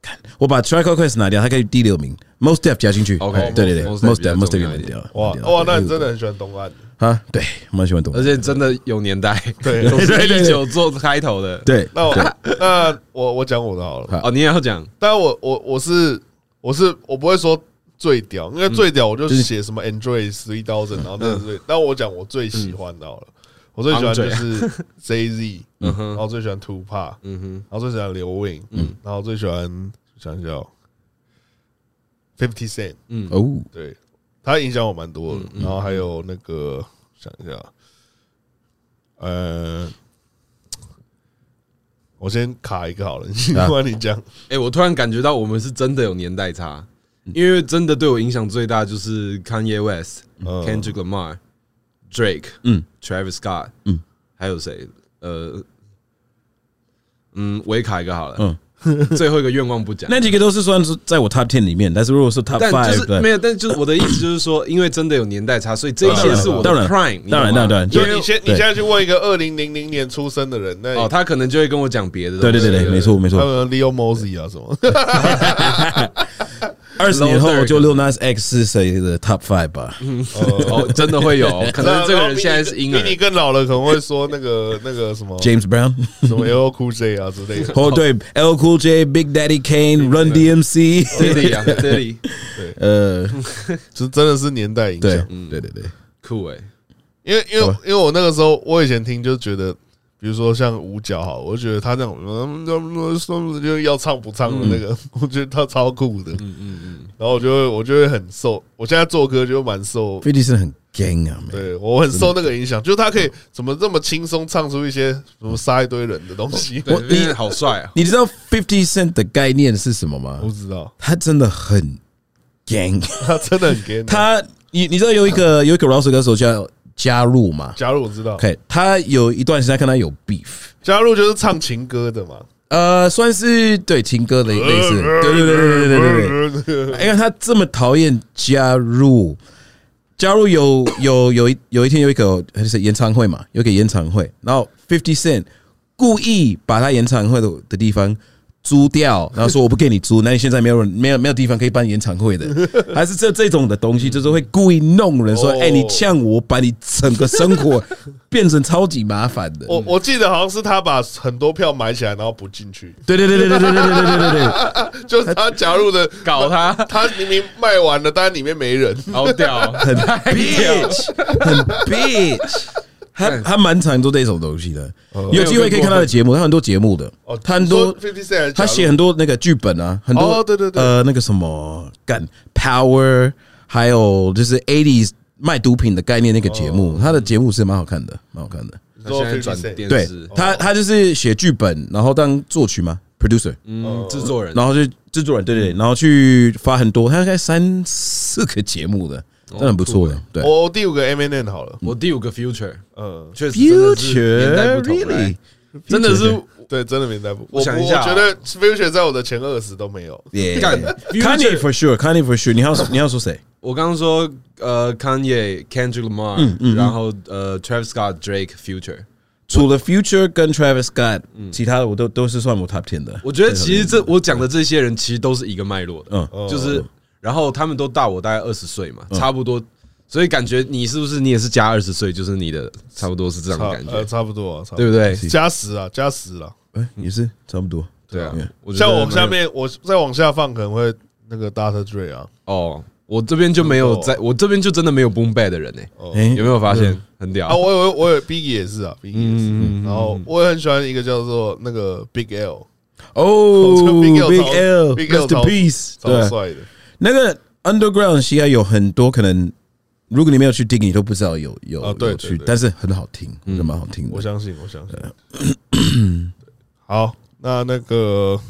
看我把 Tribe Called Quest 拿掉，它可以第六名。Most Def 加进去 OK，对对对 Mos ，Most Def 比较 Def，Most Def 重要也一蛮点屌的。哇蛮屌哇，那对你真的很喜欢东岸，啊，对，我蛮喜欢东而岸。且真的有年代，对都对是对一九做开头的。对，那我那我我讲我的好了，好哦，你也要讲但我我我是我是我不会说最屌，因为最屌我就写什么 Enjoy Three Thousand，然后那是最，但我讲我最喜欢的好了，我最喜欢就是 Jay Z，然后最喜欢 Two Pac，然后最喜欢刘 Win，然后最喜欢想一下，Fifty Cent，哦，对他影响我蛮多的，然后还有那个想一下，哦呃。我先卡一个好了，你啊不然你讲。哎、我突然感觉到我们是真的有年代差，嗯因为真的对我影响最大就是 Kanye West、嗯 Kendrick Lamar、Drake、嗯 Travis Scott，嗯还有谁？呃，嗯，我也卡一个好了，嗯， 最后一个愿望不讲。那几个都是算是在我 top ten 里面，但是如果说 top 但就 five，是没对，有，但就是我的意思就是说，因为真的有年代差，所以这一切是我的当然 prime，你懂当吗然当然就对你现你对现在去问一个二零零零年出生的人，那哦，他可能就会跟我讲别的东对西，对对对，没错没他错。们 Leo Mosey 啊什么，二十年 Lil 后 Durk 就 Lil Nas X 是谁的 top five 吧？哦，真的 会有，可能这个人现在是婴比你儿，更老了，可能会说那个那个什么 James Brown， 什么 L Cool J 啊之类的。哦对，L Cool J、Big Daddy Kane、Run DMC，对的呀，对的，呃，就真的是年代影对响。对对对，酷哎、因为因为因为我那个时候，我以前听就觉得，比如说像五角好，我就觉得他那种嗯嗯就是要唱不唱的那个，我觉得他超酷的。嗯嗯嗯。然后我就会我就会很受，我现在做歌就蛮受 f i 是很 gang 啊，对我很受那个影响，就是他可以怎么这么轻松唱出一些什么杀一堆人的东西，对我因为好帅啊！你知道 Fifty Cent 的概念是什么吗我？不知道他真的很 gang，他真的很 gay。他你你知道有一个有一个饶舌歌手叫加入嘛假如我知道， ？OK，他有一段时间跟他有 beef，加入就是唱情歌的嘛，呃，算是对情歌的类似，对对对对对对对对。对对对，因为他这么讨厌加入，加入有有有一有一天有一个就是演唱会嘛，有一个演唱会，然后 Fifty Cent 故意把他演唱会的的地方租掉，然后说我不给你租，那你现在没有人没有没有地方可以办演唱会的，还是这这种的东西，就是会故意弄人说，哦哎、你呛我，把你整个生活变成超级麻烦的。我我记得好像是他把很多票买起来，然后不进去，对对对对对对对对对对对。就是他加入的搞他他明明卖完了，但里面没人， 好屌，很太屌 bitch，很 bitch。他看他蛮常做这种东西的，有机会可以看他的节目，他很多节目的哦，他很多 Fifty Cent，他写很多那个剧本啊，很多哦对对对呃那个什么干 Power，还有就是 80s 卖毒品的概念那个节哦目，他的节目是蛮好看的，蛮好看的。他现在转电，电对视，哦他他就是写剧本，然后当作曲嘛，producer，嗯，制作人然后就制作人对对，对然后去发很多，他大概三四个节目哦的，真的很不错的，对。我第五个 M N N 好了，我第五个 Future，嗯，确实真的是年代 Future 不同哎 really，真的是对，真的没在不，我我想一下啊我觉得 Future 在我的前二十都没有， Yeah 干 Kanye 哎 Future。 for sure，Kanye for sure。你要你要说谁？我刚刚说呃，Kanye、Kendrick 嗯 Lamar，然后呃，Travis Scott、Drake、Future。除了 Future 跟 Travis Scott，其 Mm. 他的我都都是算我 Top Ten 的。我觉得其实这我讲的这些人其实都是一个脉络的，嗯哦就是然后他们都大我大概二十岁嘛，差不多，所以感觉你是不是你也是加二十岁，就是你的差不多是这样差的感呃觉，差不多啊，差不对多不对？加十啊，加十啊，哎，也是差不多。对啊 Yeah，我觉得像我蛮下面我再往下放可能会那个 Data Dre 啊，哦，我这边就没有在，我这边就真的没有 boom bad 的人呢，欸 Oh, 哎有没有发现？很屌啊，我有我有 Biggie 也是啊，Biggie 也嗯是，然后我也很喜欢一个叫做那个 Big L，这个 Big L 超哦 Oh, ，Big Big L L，Rest 超 in peace。超对，帅的，那个 Underground 西安有很多可能，如果你没有去听，你都不知道有有啊对有对去对，但是很好听，真的蛮好听我的。相信，我相信。 好，那那个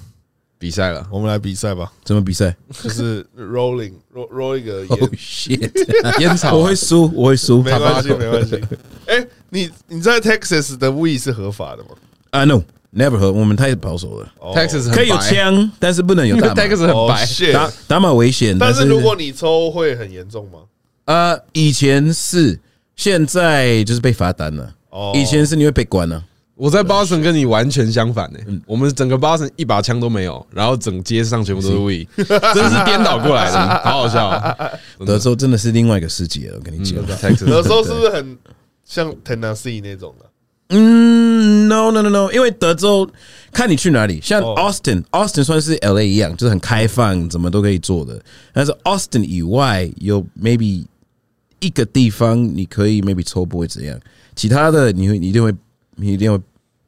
比赛了，我们来比赛吧，怎么 比赛就是 rolling roll roll 一个 ？Oh 烟， shit！烟草啊我会输，我会输。没关系， Tobacco 没关系。哎，你你在 Texas 的 weed 是合法的吗啊，No，never 和我们太保守了。哦 Texas 很白可以有 枪，但是不能有大麻。 ，Texas 很哦白， shit 打打码危险，但但是如果你抽会很严重吗？呃，以前是，现在就是被罚单了。哦以前是你会被关啊了。我在 Boston 跟你完全相反呢、我们整个 Boston 一把枪都没有，然后整街上全部都是 we，真 是颠倒过来的，好好笑、啊。德州真的是另外一个世界了，我跟你嗯讲。 有时 Texas 候是不是很像 Tennessee 那种啊的？嗯，no no no no，因为德州看你去哪里，像哦 Austin，Austin、算是 L A 一样，就是很开放，怎么都可以做的。但是 Austin 以外有 maybe 一个地方你可以 maybe 抽不会怎样，其他的你会你一定会你一定会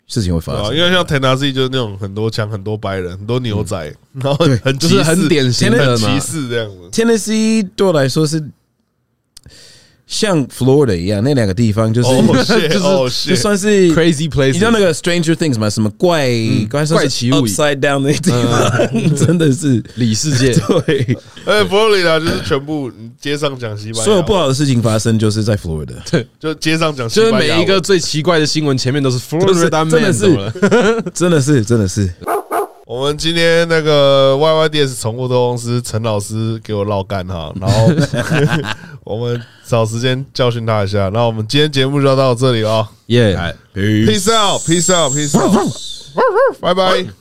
事情会发对啊，生。因为像 Tennessee 就是那种很多枪、很多白人、很多牛仔，然后很就歧是视很典型很的嘛歧。视这样 子。 Tennessee 对我来说是像 Florida 一样，那两个地方就是、哦 shit，哦就 shit，算是 Oh, Crazy place，你知道那个 Stranger Things 吗？什么怪、怪怪奇物语 upside down 那地方， 真的是里世 界对，哎，佛罗里达就是全部你街上讲西班牙，所有不好的事情发生就是在 Florida，就街上讲西就是班牙每一个文。最奇怪的新闻前面都是 Florida 真的 man，是怎么了？真的是真的是我们今天那个 YYDS 宠物沟公司陈老师给我绕干哈，然后 我们找时间教训他一下。那我们今天节目就到这里了啊耶，哎，Peace out，Peace out，Peace out，拜拜。